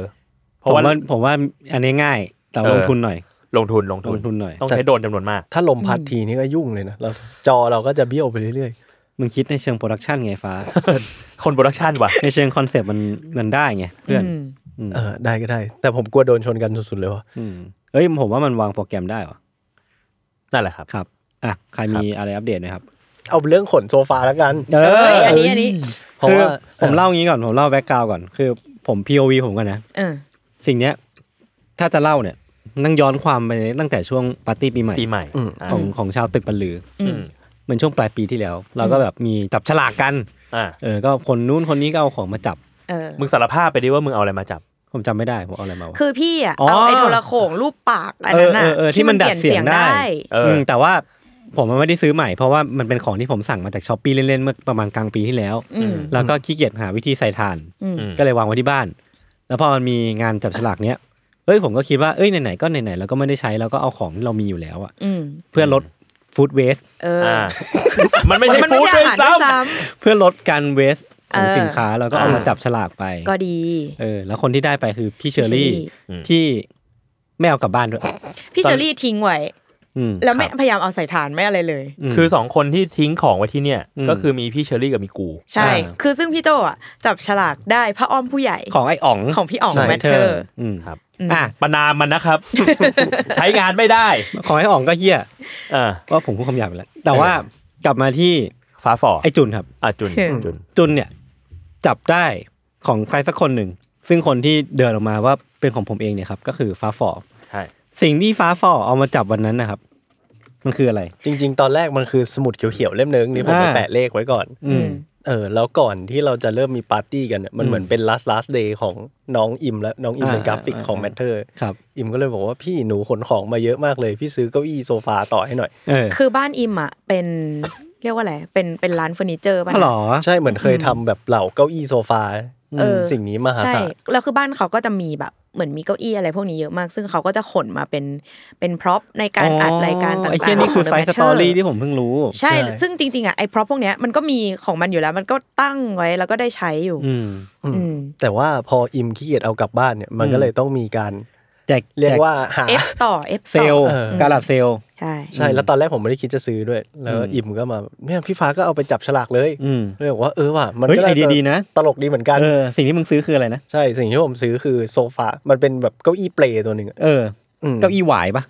[SPEAKER 3] เพ
[SPEAKER 2] ผม
[SPEAKER 3] ราะว่า
[SPEAKER 2] ว่าผมว่าอันนี้ง่าย แต่ว่า
[SPEAKER 3] เออ
[SPEAKER 2] ลงทุนหน่อย
[SPEAKER 3] ลงทุนลง
[SPEAKER 2] ล
[SPEAKER 3] ทุน
[SPEAKER 2] งทุนหน่อย
[SPEAKER 3] ต้องใช้โดรนจำนวนมาก
[SPEAKER 5] ถ้าลมพัดทีนี่ก็ยุ่งเลยนะเราจอเราก็จะเบี้ยวไปเรื่อย
[SPEAKER 2] มึงคิดในเชิงโปรดักชันไงฟ้า
[SPEAKER 3] คนโปรดักชันว่ะ
[SPEAKER 2] ในเชิงคอนเซปต์มันมันได้ไงเพื่อน
[SPEAKER 5] ๆเออได้ก็ได้ แต่ผมกลัวโดนชนกันสุดๆเลยว่ะ
[SPEAKER 2] อืมเอ้ยผมว่ามันวางโปรแกรมได้เหรอ
[SPEAKER 3] นั่นแหละครับ
[SPEAKER 2] ครับ อ่ะ ใครมีอะไรอัปเดตไหมครับ
[SPEAKER 5] เอาเรื่องขนโซฟาแล้วกัน
[SPEAKER 2] เอ
[SPEAKER 4] เอ้ยอันนี้อันนี้
[SPEAKER 5] เพราะ
[SPEAKER 2] คือ
[SPEAKER 5] ว่า
[SPEAKER 2] ผมเล่างี้ก่อน ผมเล่าแบ็กกราวก่อน คือผม POV ผมก่อนนะ
[SPEAKER 4] เออ
[SPEAKER 2] สิ่งเนี้ย ถ้าจะเล่าเนี่ยนั่งย้อนความไปตั้งแต่ช่วงปาร์ตี้ปีใหม่
[SPEAKER 3] ปีใหม่อ่ะ
[SPEAKER 2] ของของชาวตึกบรรลือ
[SPEAKER 3] อืม
[SPEAKER 2] เหมือนช่วงปลายปีที่แล้ว เราก็แบบมีจับฉลากกัน
[SPEAKER 3] อ่ะ
[SPEAKER 2] เออ ก็คนนู้นคนนี้ก็เอาของมาจับ
[SPEAKER 4] เออ
[SPEAKER 3] มึงสารภาพไปดิว่ามึงเอาอะไรมาจับ
[SPEAKER 2] ผมจำไม่ได้ผมเอาอะไรมาวะ
[SPEAKER 4] คือพี่อ่ะ
[SPEAKER 2] อ๋อ
[SPEAKER 4] เอาไอ้โทรโขงรูปปากอันนั้นอ่ะ
[SPEAKER 2] เออเออเออที่มันดัดเสียงได้
[SPEAKER 3] เออ
[SPEAKER 2] มแต่ว่าผมมันไม่ได้ซื้อใหม่เพราะว่ามันเป็นของที่ผมสั่งมาจากช้อปปี้เล่นๆเมื่อประมาณกลางปีที่แล้ว
[SPEAKER 4] อืม
[SPEAKER 2] แล้วก็ขี้เกียจหาวิธีใส่ถ่าน
[SPEAKER 4] อืม
[SPEAKER 3] อืม
[SPEAKER 2] ก็เลยวางไว้ที่บ้าน แล้วพอมันมีงานจับฉลากเนี้ยเอ้ยผมก็คิดว่าเอ้ยไหนๆก็ไหนๆแล้วก็ไม่ได้ใช้แล้วก็เอาของที่เรามีอยู่แล้วอะ
[SPEAKER 4] อืม
[SPEAKER 2] เพื่อลดฟู้ดเวส
[SPEAKER 4] เอออ
[SPEAKER 3] อ่า มันไม่ใช่
[SPEAKER 4] มันไม่
[SPEAKER 3] ฟู้ด
[SPEAKER 4] ใช่
[SPEAKER 3] ด้ว
[SPEAKER 4] อาย หารด้วย
[SPEAKER 3] ซ้ำ
[SPEAKER 4] ซ้
[SPEAKER 2] เพื่อลดการเวสของ
[SPEAKER 4] เออ
[SPEAKER 2] สินค้าแล้วก็เอามา
[SPEAKER 3] อ่า
[SPEAKER 2] จับฉลากไป
[SPEAKER 4] ำก็ดี
[SPEAKER 2] เออแล้วคนที่ได้ไปคือพี่เชอรี่
[SPEAKER 4] พี่เชอรี่
[SPEAKER 2] ที่ไม่เอากลับบ้านด้วย
[SPEAKER 4] พี่เชอรี่ทิ้งไว้
[SPEAKER 2] อืม
[SPEAKER 4] แล้วไม่พยายามเอาใส่ฐานไม่อะไรเลย
[SPEAKER 2] อืม
[SPEAKER 3] คือสองคนที่ทิ้งของไว้ที่เนี่ย
[SPEAKER 2] อืม
[SPEAKER 3] ก็คือมีพี่เชอรี่กับมีกู
[SPEAKER 4] ใช่
[SPEAKER 2] อ่า
[SPEAKER 4] คือซึ่งพี่โจอ่ะจับฉลากได้พระอ้อมผู้ใหญ่
[SPEAKER 2] ของไอ้อ๋อง
[SPEAKER 4] ของพี่อ๋อง
[SPEAKER 2] ใช่
[SPEAKER 4] Matter
[SPEAKER 2] อืม
[SPEAKER 3] ครับ
[SPEAKER 2] อ่ะ
[SPEAKER 3] ประนามมัน นะครับ ใช้งานไม่ได้
[SPEAKER 2] ของไอ้อ๋องก็เฮี้ย
[SPEAKER 3] เออ
[SPEAKER 2] ว่าผมพูดคำหยาบไปแล้ว แต่ว่ากลับมาที่
[SPEAKER 3] ฟ้าฝ่อ
[SPEAKER 2] ไอ้จุนครับ
[SPEAKER 3] อ่ะจุน
[SPEAKER 4] เออ
[SPEAKER 3] จุน
[SPEAKER 2] จุนเนี่ยจับได้ของใครสักคนหนึ่ง ซึ่งคนที่เดินออกมาว่าเป็นของผมเองเนี่ยครับ ก็คือฟ้าฝ่อ
[SPEAKER 3] ใช่
[SPEAKER 2] สิ่งที่ฟ้าฝ่อเอามาจับวันนั้นนะครับ มันคืออะไร
[SPEAKER 5] จริง ๆ ตอนแรกมันคือสมุดเขียวๆเล่มหนึงนี่ผม
[SPEAKER 2] อ่า
[SPEAKER 5] ไปแปะเลขไว้ก่อน
[SPEAKER 2] อืม
[SPEAKER 5] เออแล้วก่อนที่เราจะเริ่มมีปาร์ตี้กันเนี่ยมันเหมือนเป็น last last day ของน้องอิมและน้องอิม
[SPEAKER 2] อ่า
[SPEAKER 5] เป็นกราฟิก
[SPEAKER 2] อ่า
[SPEAKER 5] ของ
[SPEAKER 2] อ่า
[SPEAKER 5] matter
[SPEAKER 2] ครับ
[SPEAKER 5] อิมก็เลยบอกว่าพี่หนูขนของมาเยอะมากเลย พี่ซื้อเก้าอี้โซฟาต่อให้หน่อย
[SPEAKER 2] เออ
[SPEAKER 4] คือบ้านอิมอ่ะเป็นเรียกว่าอะไร เป็นเป็นร้านเฟอร์นิเจอร์ป่ะ
[SPEAKER 2] หรอ
[SPEAKER 5] ใช่เหมือนเคยทำแบบเหล่าเก้าอี้โซฟา
[SPEAKER 4] เออ
[SPEAKER 5] สิ่งนี้มหา
[SPEAKER 4] ใช่
[SPEAKER 5] ศาล
[SPEAKER 4] แล้วคือบ้านเขาก็จะมีแบบเหมือนมีเก้าอี้อะไรพวกนี้เยอะมาก ซึ่งเขาก็จะขนมาเป็นเป็นพร็อพในการอัดรายการต่างๆ
[SPEAKER 2] ไอ้เช่นนี่คือ
[SPEAKER 4] ขง
[SPEAKER 2] ไซ
[SPEAKER 4] The
[SPEAKER 2] ส์ส
[SPEAKER 4] Matter
[SPEAKER 2] ตอรี่ที่ผมเพิ่งรู้
[SPEAKER 4] ใช่ ซึ่งจริงๆอ่ะไอ้พร็อพพวกเนี้ยมันก็มีของมันอยู่แล้ว มันก็ตั้งไว้แล้วก็ได้ใช้อยู่
[SPEAKER 2] อืม
[SPEAKER 4] อืม
[SPEAKER 5] แต่ว่าพออิมขี้เกียจเอากลับบ้านเนี่ยมันก็เลยต้องมีการ
[SPEAKER 2] แจก
[SPEAKER 5] เรียกว่าหา
[SPEAKER 4] F ต่อ F
[SPEAKER 2] เซลล์
[SPEAKER 5] เออ
[SPEAKER 2] กาลาดเซลล์
[SPEAKER 4] ใช่
[SPEAKER 5] ใช่แล้วตอนแรกผมไม่ได้คิดจะซื้อด้วย แล้วอิมก็มาเนี่ยพี่ฟ้าก็เอาไปจับฉลากเลย
[SPEAKER 2] อืม
[SPEAKER 5] เลยบอกว่าเออว่ะมัน
[SPEAKER 2] เฮ้ย
[SPEAKER 5] ก็าจ
[SPEAKER 2] ไอเดียดีนะ
[SPEAKER 5] ตลกดีเหมือนกัน
[SPEAKER 2] เออสิ่งที่มึงซื้อคืออะไรนะ
[SPEAKER 5] ใช่ สิ่งที่ผมซื้อคือโซฟา มันเป็นแบบเก้าอี้เปลตัวหนึ่งอะ
[SPEAKER 2] เออ
[SPEAKER 5] อืม
[SPEAKER 2] เก้าอี้หวายปะ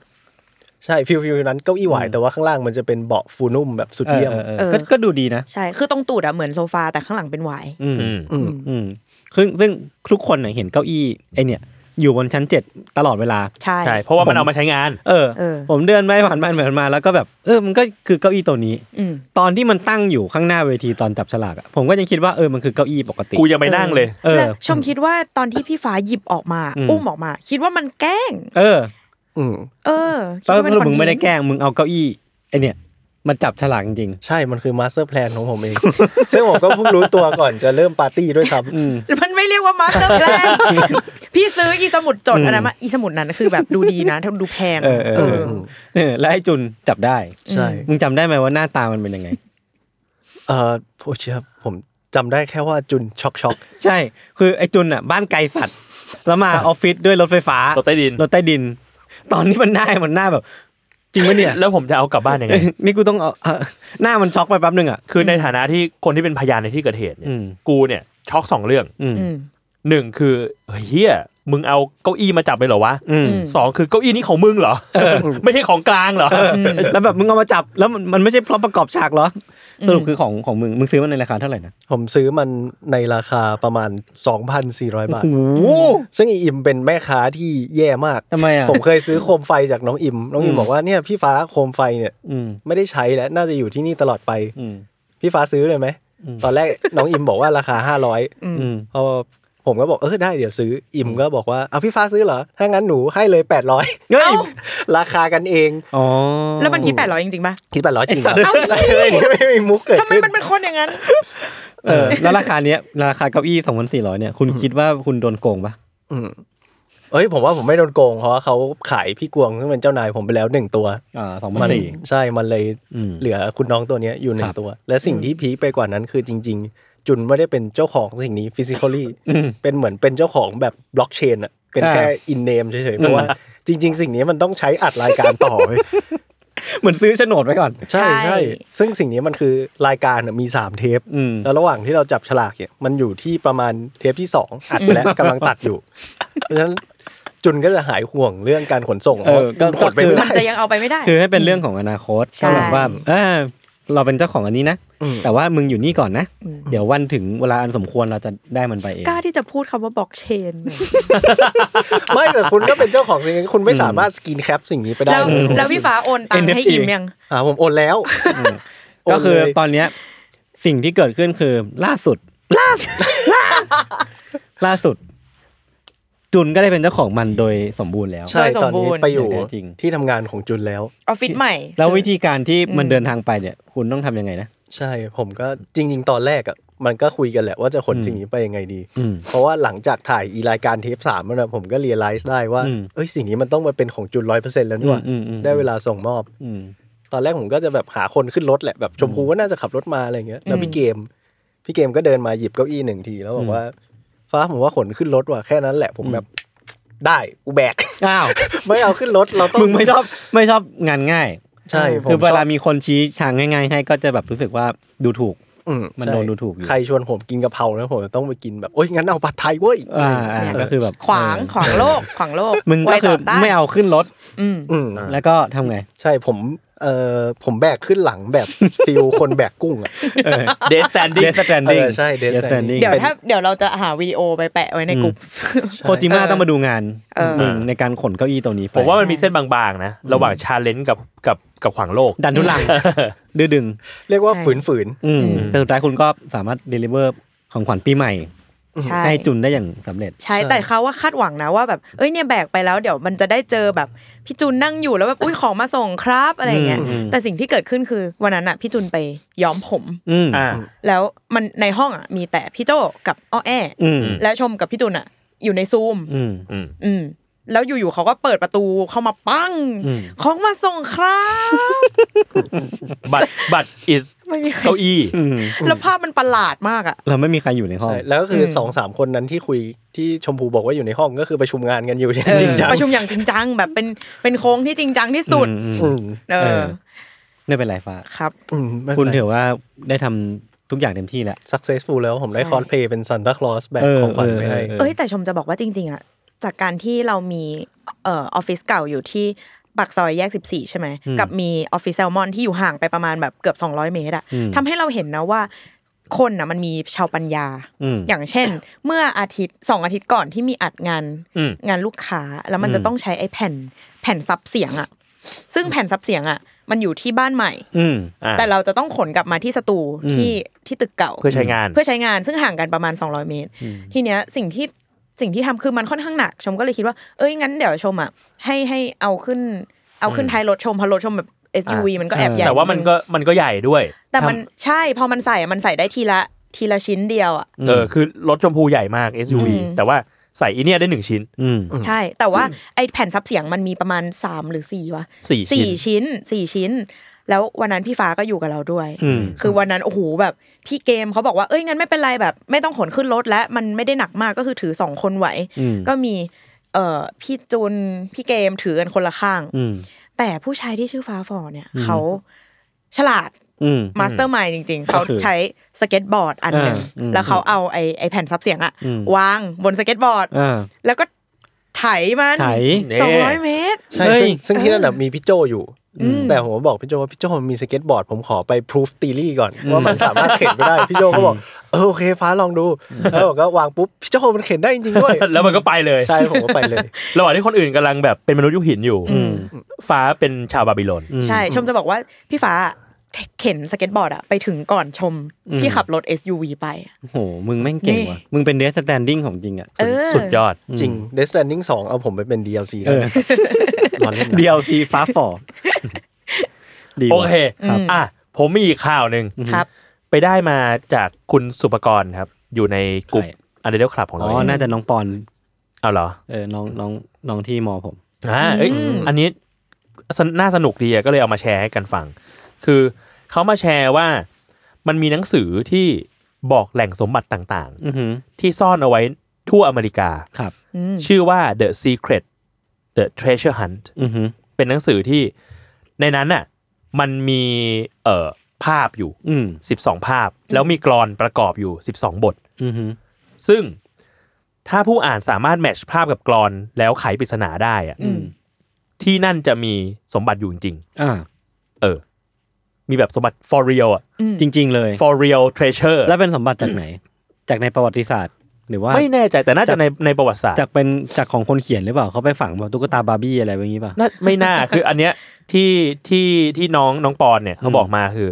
[SPEAKER 5] ใช่ฟิลฟิลนั้นเก้าอี้หวายแต่ว่าข้างล่างมันจะเป็นเบาะฟูนุ่มแบบสุด
[SPEAKER 2] เออ
[SPEAKER 5] เยี่ยม
[SPEAKER 2] เออเออก็ก็ดูดีนะ
[SPEAKER 4] ใช่ คือตรงตูดอ่ะเหมือนโซฟาแต่ข้างหลังเป็นหวาย
[SPEAKER 2] อืม
[SPEAKER 3] อืม
[SPEAKER 2] อืมซึ่งซึ่งทุกคนน่ะเห็นเก้าอี้ไอเนี่ย อยู่บนชั้นเจ็ดตลอดเวลา
[SPEAKER 4] ใช่
[SPEAKER 3] ใช่ เพราะว่ามันเอามาใช้งาน
[SPEAKER 2] เออ
[SPEAKER 4] เออ
[SPEAKER 2] ผมเดินไปผ่านบ้านผ่านมาแล้วก็แบบเออมันก็คือเก้าอี้ตัวนี้
[SPEAKER 4] อืม
[SPEAKER 2] ตอนที่มันตั้งอยู่ข้างหน้าเวทีตอนจับฉลากอะผมก็ยังคิดว่าเออมันคือเก้าอี้ปกติ
[SPEAKER 3] กูยังไปนั่งเลย
[SPEAKER 2] เออ
[SPEAKER 4] แล้วชมคิดว่าตอนที่พี่ฟ้าหยิบออกมา
[SPEAKER 2] อืม
[SPEAKER 4] อุ้มออกมา คิดว่ามันแกล้ง
[SPEAKER 2] เออ
[SPEAKER 5] อืม
[SPEAKER 4] เออคิ
[SPEAKER 2] ตอน
[SPEAKER 4] ว่าเป็
[SPEAKER 2] ส
[SPEAKER 4] น
[SPEAKER 2] รุป
[SPEAKER 4] ค
[SPEAKER 2] มึงไม่ได้
[SPEAKER 4] ยิ
[SPEAKER 2] แกล้งมึงเอาเก้าอี้ไอเนี่ยมันจับฉลากจริง
[SPEAKER 5] ใช่มันคือมาสเตอร์แพลนของผมเอง ซึ่งผมก็เพิ่งรู้ตัวก่อนจะเริ่มปาร์ตี้ด้วยครับ
[SPEAKER 4] มันไม่เรียกว่ามาสเตอร์แพล น พี่ซื้ออีสมุดจดอันนั้นมาอีสมุดนั้นคือแบบดูดีนะถ้าดูแพง
[SPEAKER 2] ๆเออเออเออเออแล้วไอ้จุนจับได้
[SPEAKER 5] ใช่
[SPEAKER 2] มึงจำได้ไหมว่าหน้าตามันเป็นยังไง
[SPEAKER 5] เออโอ้เชียผมจำได้แค่ว่าจุนช็อกช็อก
[SPEAKER 2] ใช่ คือไอ้จุนอ่ะบ้านไกลสัตว์ แล้วมาออฟฟิศด้วยรถไฟฟ้ารร
[SPEAKER 3] ถใต้ดิน
[SPEAKER 2] รถใต้ดิน ตอนที่มันได้มันหน้าแบบ จริงปะเนี่ย
[SPEAKER 3] แล้วผมจะเอากลับบ้านยังไง
[SPEAKER 2] นี่กูต้องเอาเอ่อหน้ามันช็อกไปแป๊บหนึ่งอ่ะ
[SPEAKER 3] คือในฐานะที่คนที่เป็นพยานในที่เกิดเหตุเนี่
[SPEAKER 2] อื
[SPEAKER 3] ย
[SPEAKER 2] ม
[SPEAKER 3] กูเนี่ยช็อกสองเรื่อง
[SPEAKER 2] อืม
[SPEAKER 4] อืม
[SPEAKER 3] หนึ่งคือเฮียมึงเอาเก้าอี้มาจับเลยเหรอวะ
[SPEAKER 2] อืม
[SPEAKER 4] อืม
[SPEAKER 3] สองคือเก้าอี้นี้ของมึงเหรอ ไม่ใช่ของกลางเหรอ
[SPEAKER 2] แล้วแบบมึงเอามาจับแล้วมันมันไม่ใช่พร้อมประกอบฉากเหรออสรุปคือของของมึง มึงซื้อมันในราคาเท่าไหร่นะ
[SPEAKER 5] ผมซื้อมันในราคาประมาณ 2,400 บาท
[SPEAKER 2] โอ้โห
[SPEAKER 5] ซึ่งอีอิมเป็นแม่ค้าที่แย่มาก
[SPEAKER 2] ทำไมอ่ะ
[SPEAKER 5] ผมเคยซื้อโคมไฟจากน้องอิม น้องอิมบอกว่าเนี่ยพี่ฟ้าโคมไฟเนี่ย
[SPEAKER 2] อืม
[SPEAKER 5] ไม่ได้ใช้แล้วน่าจะอยู่ที่นี่ตลอดไป
[SPEAKER 2] อืม
[SPEAKER 5] พี่ฟ้าซื้อเลยไหม ตอนแรก น้องอิมบอกว่าราคา 500
[SPEAKER 2] อืม
[SPEAKER 5] พอผมก็บอกเออได้เดี๋ยวซื้ออิมก็บอกว่าเอาพี่ฟ้าซื้อเหรอ ถ้างั้นหนูให้เลย 800
[SPEAKER 2] เอ้า
[SPEAKER 5] ราคากันเอง
[SPEAKER 2] อ๋อ
[SPEAKER 4] แล้วมันคิดแปดร้อยจริงๆป่ะ
[SPEAKER 5] คิด800จริงเหรอ
[SPEAKER 4] เอ้า
[SPEAKER 5] ไม่มีมุกเกิด
[SPEAKER 4] ทำไม
[SPEAKER 5] ขึ้น
[SPEAKER 4] มันเป็นคนอย่างนั้น
[SPEAKER 2] เออแล้วราคาเนี้ยราคาเก้าอี้สองพันสี่ร้อยเนี่ยคุณคิดว่าคุณโดนโกงปะ
[SPEAKER 5] อืมเอ้ยผมว่าผมไม่โดนโกงเพราะว่าเขาขายพี่กวงซึ่งเป็นเจ้านายผมไปแล้วหนึ่งตัว
[SPEAKER 2] อ่าสองพัน
[SPEAKER 5] มั
[SPEAKER 2] สี่
[SPEAKER 5] ใช่มันเลย
[SPEAKER 2] อืม
[SPEAKER 5] เหลือคุณน้องตัวเนี้ยอยู่หนึ่
[SPEAKER 2] ครั
[SPEAKER 5] ง
[SPEAKER 2] บ
[SPEAKER 5] ตัว และสิ่งที่พีคไปกว่านั้นคือจริง ๆ จุนไม่ได้เป็นเจ้าของสิ่งนี้ฟิสิกอลี่เป็นเหมือนเป็นเจ้าของแบบบล็อกเชนอะเป็นแค่อินเนมเฉยๆเพราะว่าจริง ๆ สิ่งนี้มันต้องใช้อัดรายการต่อเว้ย
[SPEAKER 2] เหมือนซื้อโฉนดไว้ก่อน
[SPEAKER 5] ใช่
[SPEAKER 4] ใช่
[SPEAKER 5] ใช่ซึ่งสิ่งนี้มันคือรายการอะมีสามเทป
[SPEAKER 2] อืม
[SPEAKER 5] แล้วระหว่างที่เราจับฉลากเนี่ยมันอยู่ที่ประมาณเทปที่สองอัดไป แล้วกำลังตัดอยู่ เพราะฉะนั้นจุนก็จะหายห่วงเรื่องการขนส่ง
[SPEAKER 2] เออก็
[SPEAKER 5] ขนไปไม่
[SPEAKER 2] ก็
[SPEAKER 5] ได้
[SPEAKER 2] คื
[SPEAKER 4] จะยังเอาไปไม่ได้
[SPEAKER 2] คือให้เป็นเรื่องของอนาคต
[SPEAKER 4] ใช่
[SPEAKER 2] ก็แบบว่าเออเราเป็นเจ้าของอันนี้นะ
[SPEAKER 5] อืม
[SPEAKER 2] แต่ว่ามึงอยู่นี่ก่อนนะ เดี๋ยววันถึงเวลาอันสมควรเราจะได้มันไปเอง
[SPEAKER 4] กล้าที่จะพูดคำว่าบล็อกเชน
[SPEAKER 5] ไม่แต่คุณก็เป็นเจ้าของสิ่งนี้คุณไม่สามารถสกินแคปสิ่งนี้ไปได้
[SPEAKER 4] แล้ว
[SPEAKER 5] เลย
[SPEAKER 4] แล้วพี่ฟ้าโอนตังค์ให้อิมยัง
[SPEAKER 5] อ่าผมโอนแล้วโน
[SPEAKER 2] ก็คือ
[SPEAKER 5] เลย
[SPEAKER 2] ตอนเนี้ยสิ่งที่เกิดขึ้นคือล่าสุด ล่าล่าล่าสุด จุนก็ได้เป็นเจ้าของมันโดยสมบูรณ์แล้ว
[SPEAKER 5] ใช่
[SPEAKER 4] โดยสม
[SPEAKER 5] ตอนนี้
[SPEAKER 4] บูรณ์
[SPEAKER 5] ไปอยู่
[SPEAKER 2] เดี๋ยวจริง
[SPEAKER 5] ที่ทำงานของจุนแล้ว
[SPEAKER 4] ออฟฟิศใหม่
[SPEAKER 2] แล้ววิธีการที่มันเดินทางไปเนี่ย คุณต้องทำยังไงนะ
[SPEAKER 5] ใช่ผมก็จริง ๆ ตอนแรกอ่ะมันก็คุยกันแหละว่าจะขนสิ่งนี้ไปยังไงดี
[SPEAKER 2] อืม
[SPEAKER 5] เพราะว่าหลังจากถ่ายอีรายการเทปสามมันอะผมก็เรียลไลซ์ได้ว่า
[SPEAKER 2] อืม
[SPEAKER 5] เอ้ยสิ่งนี้มันต้องมาเป็นของจุนร้อยเปอร์เซ็นต์แล้วนี่หว่า
[SPEAKER 2] อืมอืมอืม
[SPEAKER 5] ได้เวลาส่งมอบ
[SPEAKER 2] อืม
[SPEAKER 5] ตอนแรกผมก็จะแบบหาคนขึ้นรถแหละแบบชมพูก็น่าจะขับรถมาอะไรเงี้ยแล้วพี่เกม พี่เกมก็เดินมาหยิบเก้าอี้หนึ่งที แล้วบอกว่า ฟ้าผมว่าขนขึ้นรถว่ะแค่นั้นแหละผมแบบได้กูแบก
[SPEAKER 2] อ้าว
[SPEAKER 5] ไม่เอาขึ้นรถเราต้อ ง
[SPEAKER 2] มึงไม่ชอบไม่ชอบงานง่าย
[SPEAKER 5] ใช่ผม
[SPEAKER 2] คือเวลา
[SPEAKER 5] ชบ
[SPEAKER 2] มีคนชี้ทางง่าย ๆ ให้ก็จะแบบรู้สึกว่าดูถูก
[SPEAKER 5] อื
[SPEAKER 2] มัน
[SPEAKER 5] ใช่
[SPEAKER 2] โดนดูถูกอยู่
[SPEAKER 5] ใครชวนผมกินกะเพรานะผมต้องไปกินแบบโอ๊ยงั้นเอาผัดไทยเว้ย
[SPEAKER 2] อ่าอ่าก็คือแบบ
[SPEAKER 4] ขวางขวางโลก ขวางโลก
[SPEAKER 2] มึงก็
[SPEAKER 4] ว้
[SPEAKER 2] คื
[SPEAKER 4] ต่
[SPEAKER 2] อ
[SPEAKER 4] ต้น
[SPEAKER 2] ไม่เอาขึ้นรถ
[SPEAKER 4] อืม
[SPEAKER 5] อืม
[SPEAKER 2] แล้วก็ทำไง
[SPEAKER 5] ใช่ผมเอ่อผมแบกขึ้นหลังแบบ ฟิลคนแบกกุ้งอะ
[SPEAKER 3] เดสแตนดิ้ง
[SPEAKER 2] Death Stranding
[SPEAKER 5] เออใช่ Death
[SPEAKER 2] Death Stranding
[SPEAKER 5] Stranding
[SPEAKER 4] เดี๋ยวถ้าเดี๋ยวเราจะหาวิดีโอไปแปะไว้ในกลุ่ม
[SPEAKER 2] โคจิมะ
[SPEAKER 4] เออ
[SPEAKER 2] ต้องมาดูงาน
[SPEAKER 4] เออ
[SPEAKER 2] หนึ่งในการขนเก้าอี้ตัวนี้ไป
[SPEAKER 3] ผมว่ามันมีเส้นบางๆนะ ระหว่างชาเลนจ์กับกับกับขวางโลก
[SPEAKER 2] ดันทุ ลัง ดื้อดึง
[SPEAKER 5] เรียกว่าฝืนฝืน
[SPEAKER 2] อืมแต่สุดท้ายคุณก็สามารถเดลิเวอร์ของขวัญปีใหม่
[SPEAKER 4] ใช่
[SPEAKER 2] ให้จุนได้อย่างสำเร็จ
[SPEAKER 4] ใช่แต่เขาว่าคาดหวังนะว่าแบบเอ้ยเนี่ยแบกไปแล้วเดี๋ยวมันจะได้เจอแบบพี่จุนนั่งอยู่แล้วแบบอุ้ยของมาส่งครับอะไรอย่างเงี้ยแต่สิ่งที่เกิดขึ้นคือวันนั้นอะพี่จุนไปย้อมผม
[SPEAKER 2] อืม
[SPEAKER 3] อ่า
[SPEAKER 4] แล้วมันในห้องอ่ะมีแต่พี่โจกับอ้อแอ้
[SPEAKER 2] อืม
[SPEAKER 4] และชมกับพี่จุนอ่ะ อยู่ในซูม
[SPEAKER 2] อืม
[SPEAKER 4] อืม แล้วอยู่ๆเขาก็เปิดประตูเข้ามาปั้ง
[SPEAKER 2] อืม
[SPEAKER 4] ของมาส่งครับ
[SPEAKER 3] บัตบัตอิส
[SPEAKER 4] ไม่มีใคร
[SPEAKER 3] เก้าอี้
[SPEAKER 2] อืม
[SPEAKER 4] แล้วภาพมันประหลาดมากอ่ะ
[SPEAKER 2] เราไม่มีใครอยู่ใน
[SPEAKER 5] ๆ
[SPEAKER 2] ห้อง
[SPEAKER 5] ใช่แล้วก็คืออสองสามคนนั้นที่คุยที่ชมพูบอกว่าอยู่ในห้องก็คือประชุมงานกันอยู่อย่างจริงจัง
[SPEAKER 4] ประชุมอย่างจริงจังแบบเป็นเป็นโค้งที่จริงจังที่สุด
[SPEAKER 5] อืม
[SPEAKER 4] เอ
[SPEAKER 2] เอ
[SPEAKER 4] อ
[SPEAKER 2] อ ไม่เป็นไรฟ้า
[SPEAKER 4] ครับ
[SPEAKER 5] อืมไม่ป็นไร
[SPEAKER 2] คุณถือว่าได้ทำทุกอย่างเต็มที่แล้ว
[SPEAKER 5] successful แล้วผมได้
[SPEAKER 4] ใช่
[SPEAKER 5] คอสเพลย์เป็นซันตาคลอสแบบ
[SPEAKER 2] เออ
[SPEAKER 5] ของขวัญไปให้
[SPEAKER 2] เอ
[SPEAKER 4] เอ้ยแต่ชมจะบอกว่าจริง ๆอ่ะจากการที่เรามีเอ่อออฟฟิศเก่าอยู่ที่ปากซอยแยก 14 ใช่ไหมกับมีออฟฟิศแซลมอนที่อยู่ห่างไปประมาณแบบเกือบ 200 เมตรอ่ะทำให้เราเห็นนะว่า คนน่ะมันมีชาวปัญญา
[SPEAKER 2] อืม
[SPEAKER 4] อย่างเช่น เมื่ออาทิตย์สองอาทิตย์ก่อนที่มีอัดงาน
[SPEAKER 3] อืม
[SPEAKER 4] งานลูกค้า แล้วมันจะต้องใช้ไอ้แผ่นแผ่นซับเสียงอ่ะซึ่งแผ่นซับเสียงอ่ะมันอยู่ที่บ้านใหม่
[SPEAKER 2] อืม
[SPEAKER 3] อ่า
[SPEAKER 4] แต่เราจะต้องขนกลับมาที่สตูที่ที่ตึกเก่า
[SPEAKER 3] เพื่อใช้งาน
[SPEAKER 4] เพื่อใช้งานซึ่งห่างกันประมาณ 200 เมตร ทีเนี้ยสิ่งที่สิ่งที่ทำคือมันค่อนข้างหนัก ชมก็เลยคิดว่าเอ้ยงั้นเดี๋ยวชมอ่ะให้ให้เอาขึ้น เอาขึ้นท้ายรถชมเพราะรถชมแบบ SUV มันก็แอบใหญ่
[SPEAKER 3] แต่ว่ามันก็มันก็ใหญ่ด้วย
[SPEAKER 4] แต่มันใช่พอมันใส่อะมันใส่ได้ทีละทีละชิ้นเดียวอ่ะ
[SPEAKER 3] เออคือรถชมพูใหญ่มาก SUV
[SPEAKER 4] อืม
[SPEAKER 3] แต่ว่าใส่อีเนี่ยได้หนึ่งชิ้น
[SPEAKER 2] อืม
[SPEAKER 4] ใช่ แต่ว่าไอแผ่นซับเสียงมันมีประมาณ 3 หรือ4วะ
[SPEAKER 3] สี่ชิ้น
[SPEAKER 4] สี่ชิ้นสี่ชิ้น แล้ววันนั้นพี่ฟ้าก็อยู่กับเราด้วย
[SPEAKER 2] อืม
[SPEAKER 4] คือวันนั้นโอ้โหแบบพี่เกมเขาบอกว่าเอ้ยงั้นไม่เป็นไรแบบ ไม่ต้องขนขึ้นรถและมันไม่ได้หนักมากก็คือถือสองคนไหว
[SPEAKER 2] อืม
[SPEAKER 4] ก็มีเอ่อพี่จุนพี่เกมถือกันคนละข้าง
[SPEAKER 2] อืม
[SPEAKER 4] แต่ผู้ชายที่ชื่อฟ้าฟอเนี่ยเขาฉลาด
[SPEAKER 2] อืม
[SPEAKER 4] มาสเตอร์มายจริง ๆ เขาใช้สเก็ตบอร์ดอันหนึ่ง
[SPEAKER 2] อ่าอืม
[SPEAKER 4] แล้วเขาเอาไอ้ไอ้แผ่นซับเสียงอะ
[SPEAKER 2] อืม
[SPEAKER 4] วางบนสเก็ตบอร์ด
[SPEAKER 2] อ่า
[SPEAKER 4] แล้วก็ไถมัน
[SPEAKER 2] ไถ
[SPEAKER 4] สองร้อยเมตร
[SPEAKER 5] ใช่
[SPEAKER 2] เฮ้ย
[SPEAKER 5] ซึ่งซึ่งที่นั่นน่ะมีพี่โจอยู่
[SPEAKER 4] อืม
[SPEAKER 5] แต่ผมก็บอกพี่โจว่าพี่โจมีสเก็ตบอร์ด ผมขอไปพิสูจ e o r y ก่อน ว่ามันสามารถเข็นไปได้ พี่โจก็บอกเออโอเคฟ้าลองดู แล้วผมก็วางปุ๊บ พี่โจมันเข็นได้จริงๆด้วย
[SPEAKER 3] แล้วมันก็ไปเลย
[SPEAKER 5] ใช่ผมก็ไปเลย
[SPEAKER 3] ระหว่างที่คนอื่นกำลังแบบเป็นมนุษย์ยุคหินอยู่ ฟ้าเป็นชาวบาบิโลน
[SPEAKER 4] ใช่ชมจะบอกว่าพี่ฟ้าเข็นสเก็ตบอร์ดอะไปถึงก่อนชมที่ขับรถ SUV ไปอะ
[SPEAKER 2] โอ้โห มึงแม่งเก่ง
[SPEAKER 4] นี่
[SPEAKER 2] ว่ะ มึงเป็นเดสสแตนดิ้งของจริงอ่ะ
[SPEAKER 4] เออ
[SPEAKER 3] สุดยอด
[SPEAKER 5] จริง Death Stranding 2 เอาผมไปเป็น DLC ได้นะร้อนเล่นนะ
[SPEAKER 2] DLC ฟ้าฝ่ อดีว่ะ
[SPEAKER 3] โอเค
[SPEAKER 4] ครับ
[SPEAKER 3] อ่ะผมมีอีกข่าวหนึ่ง
[SPEAKER 4] ครับ
[SPEAKER 3] ไปได้มาจากคุณสุปกรณ์ครับ อยู่ในกลุ่ม
[SPEAKER 2] ใคร
[SPEAKER 3] อันเดอร์คลับของ
[SPEAKER 2] อ๋
[SPEAKER 3] เรา
[SPEAKER 2] อ
[SPEAKER 3] เอง
[SPEAKER 2] น่าจะน้องปอน
[SPEAKER 3] เอาเหรอ
[SPEAKER 2] เออ น้องน้องน้องที่มอผม
[SPEAKER 3] อ่าเอ้ยอันนี้สนน่าสนุกดีอะก็เลยเอามาแชร์ให้กันฟัง คือเขามาแชร์ว่ามันมีหนังสือที่บอกแหล่งสมบัติต่าง
[SPEAKER 2] อือหือ
[SPEAKER 3] ๆ ที่ซ่อนเอาไว้ทั่วอเมริกา
[SPEAKER 2] ครับ
[SPEAKER 3] ชื่อว่า The Secret The Treasure Hunt
[SPEAKER 2] อือหือ
[SPEAKER 3] เป็นหนังสือที่ในนั้นน่ะมันมีเอ่อภาพอยู่
[SPEAKER 2] อืม
[SPEAKER 3] 12 ภาพ แล้วมีกรอนประกอบอยู่ 12 บท
[SPEAKER 2] อือหือ
[SPEAKER 3] ซึ่งถ้าผู้อ่านสามารถแมทช์ภาพกับกรอนแล้วไขปริศนาได้อะ
[SPEAKER 2] อืม
[SPEAKER 3] ที่นั่นจะมีสมบัติอยู่จริง
[SPEAKER 2] อ่า
[SPEAKER 3] ๆเออ มีแบบสมบัติ for real อะ
[SPEAKER 2] จริง ๆ เลย
[SPEAKER 3] for real treasure
[SPEAKER 2] แล้วเป็นสมบัติจากไหน จากในประวัติศาสตร์ หรือว่า
[SPEAKER 3] ไม่แน่ใจแต่น่าจะในในประวัติศาสตร์
[SPEAKER 2] จากเป็นจากของคนเขียนหรือเปล่า เขาไปฝังแบบตุ๊กตาบาร์บี้อะไรแบบนี้ป่ะ
[SPEAKER 3] น่าไม่น่า คืออันเนี้ยที่ที่ที่น้องน้องปอนเนี่ยเขาบอกมาคือ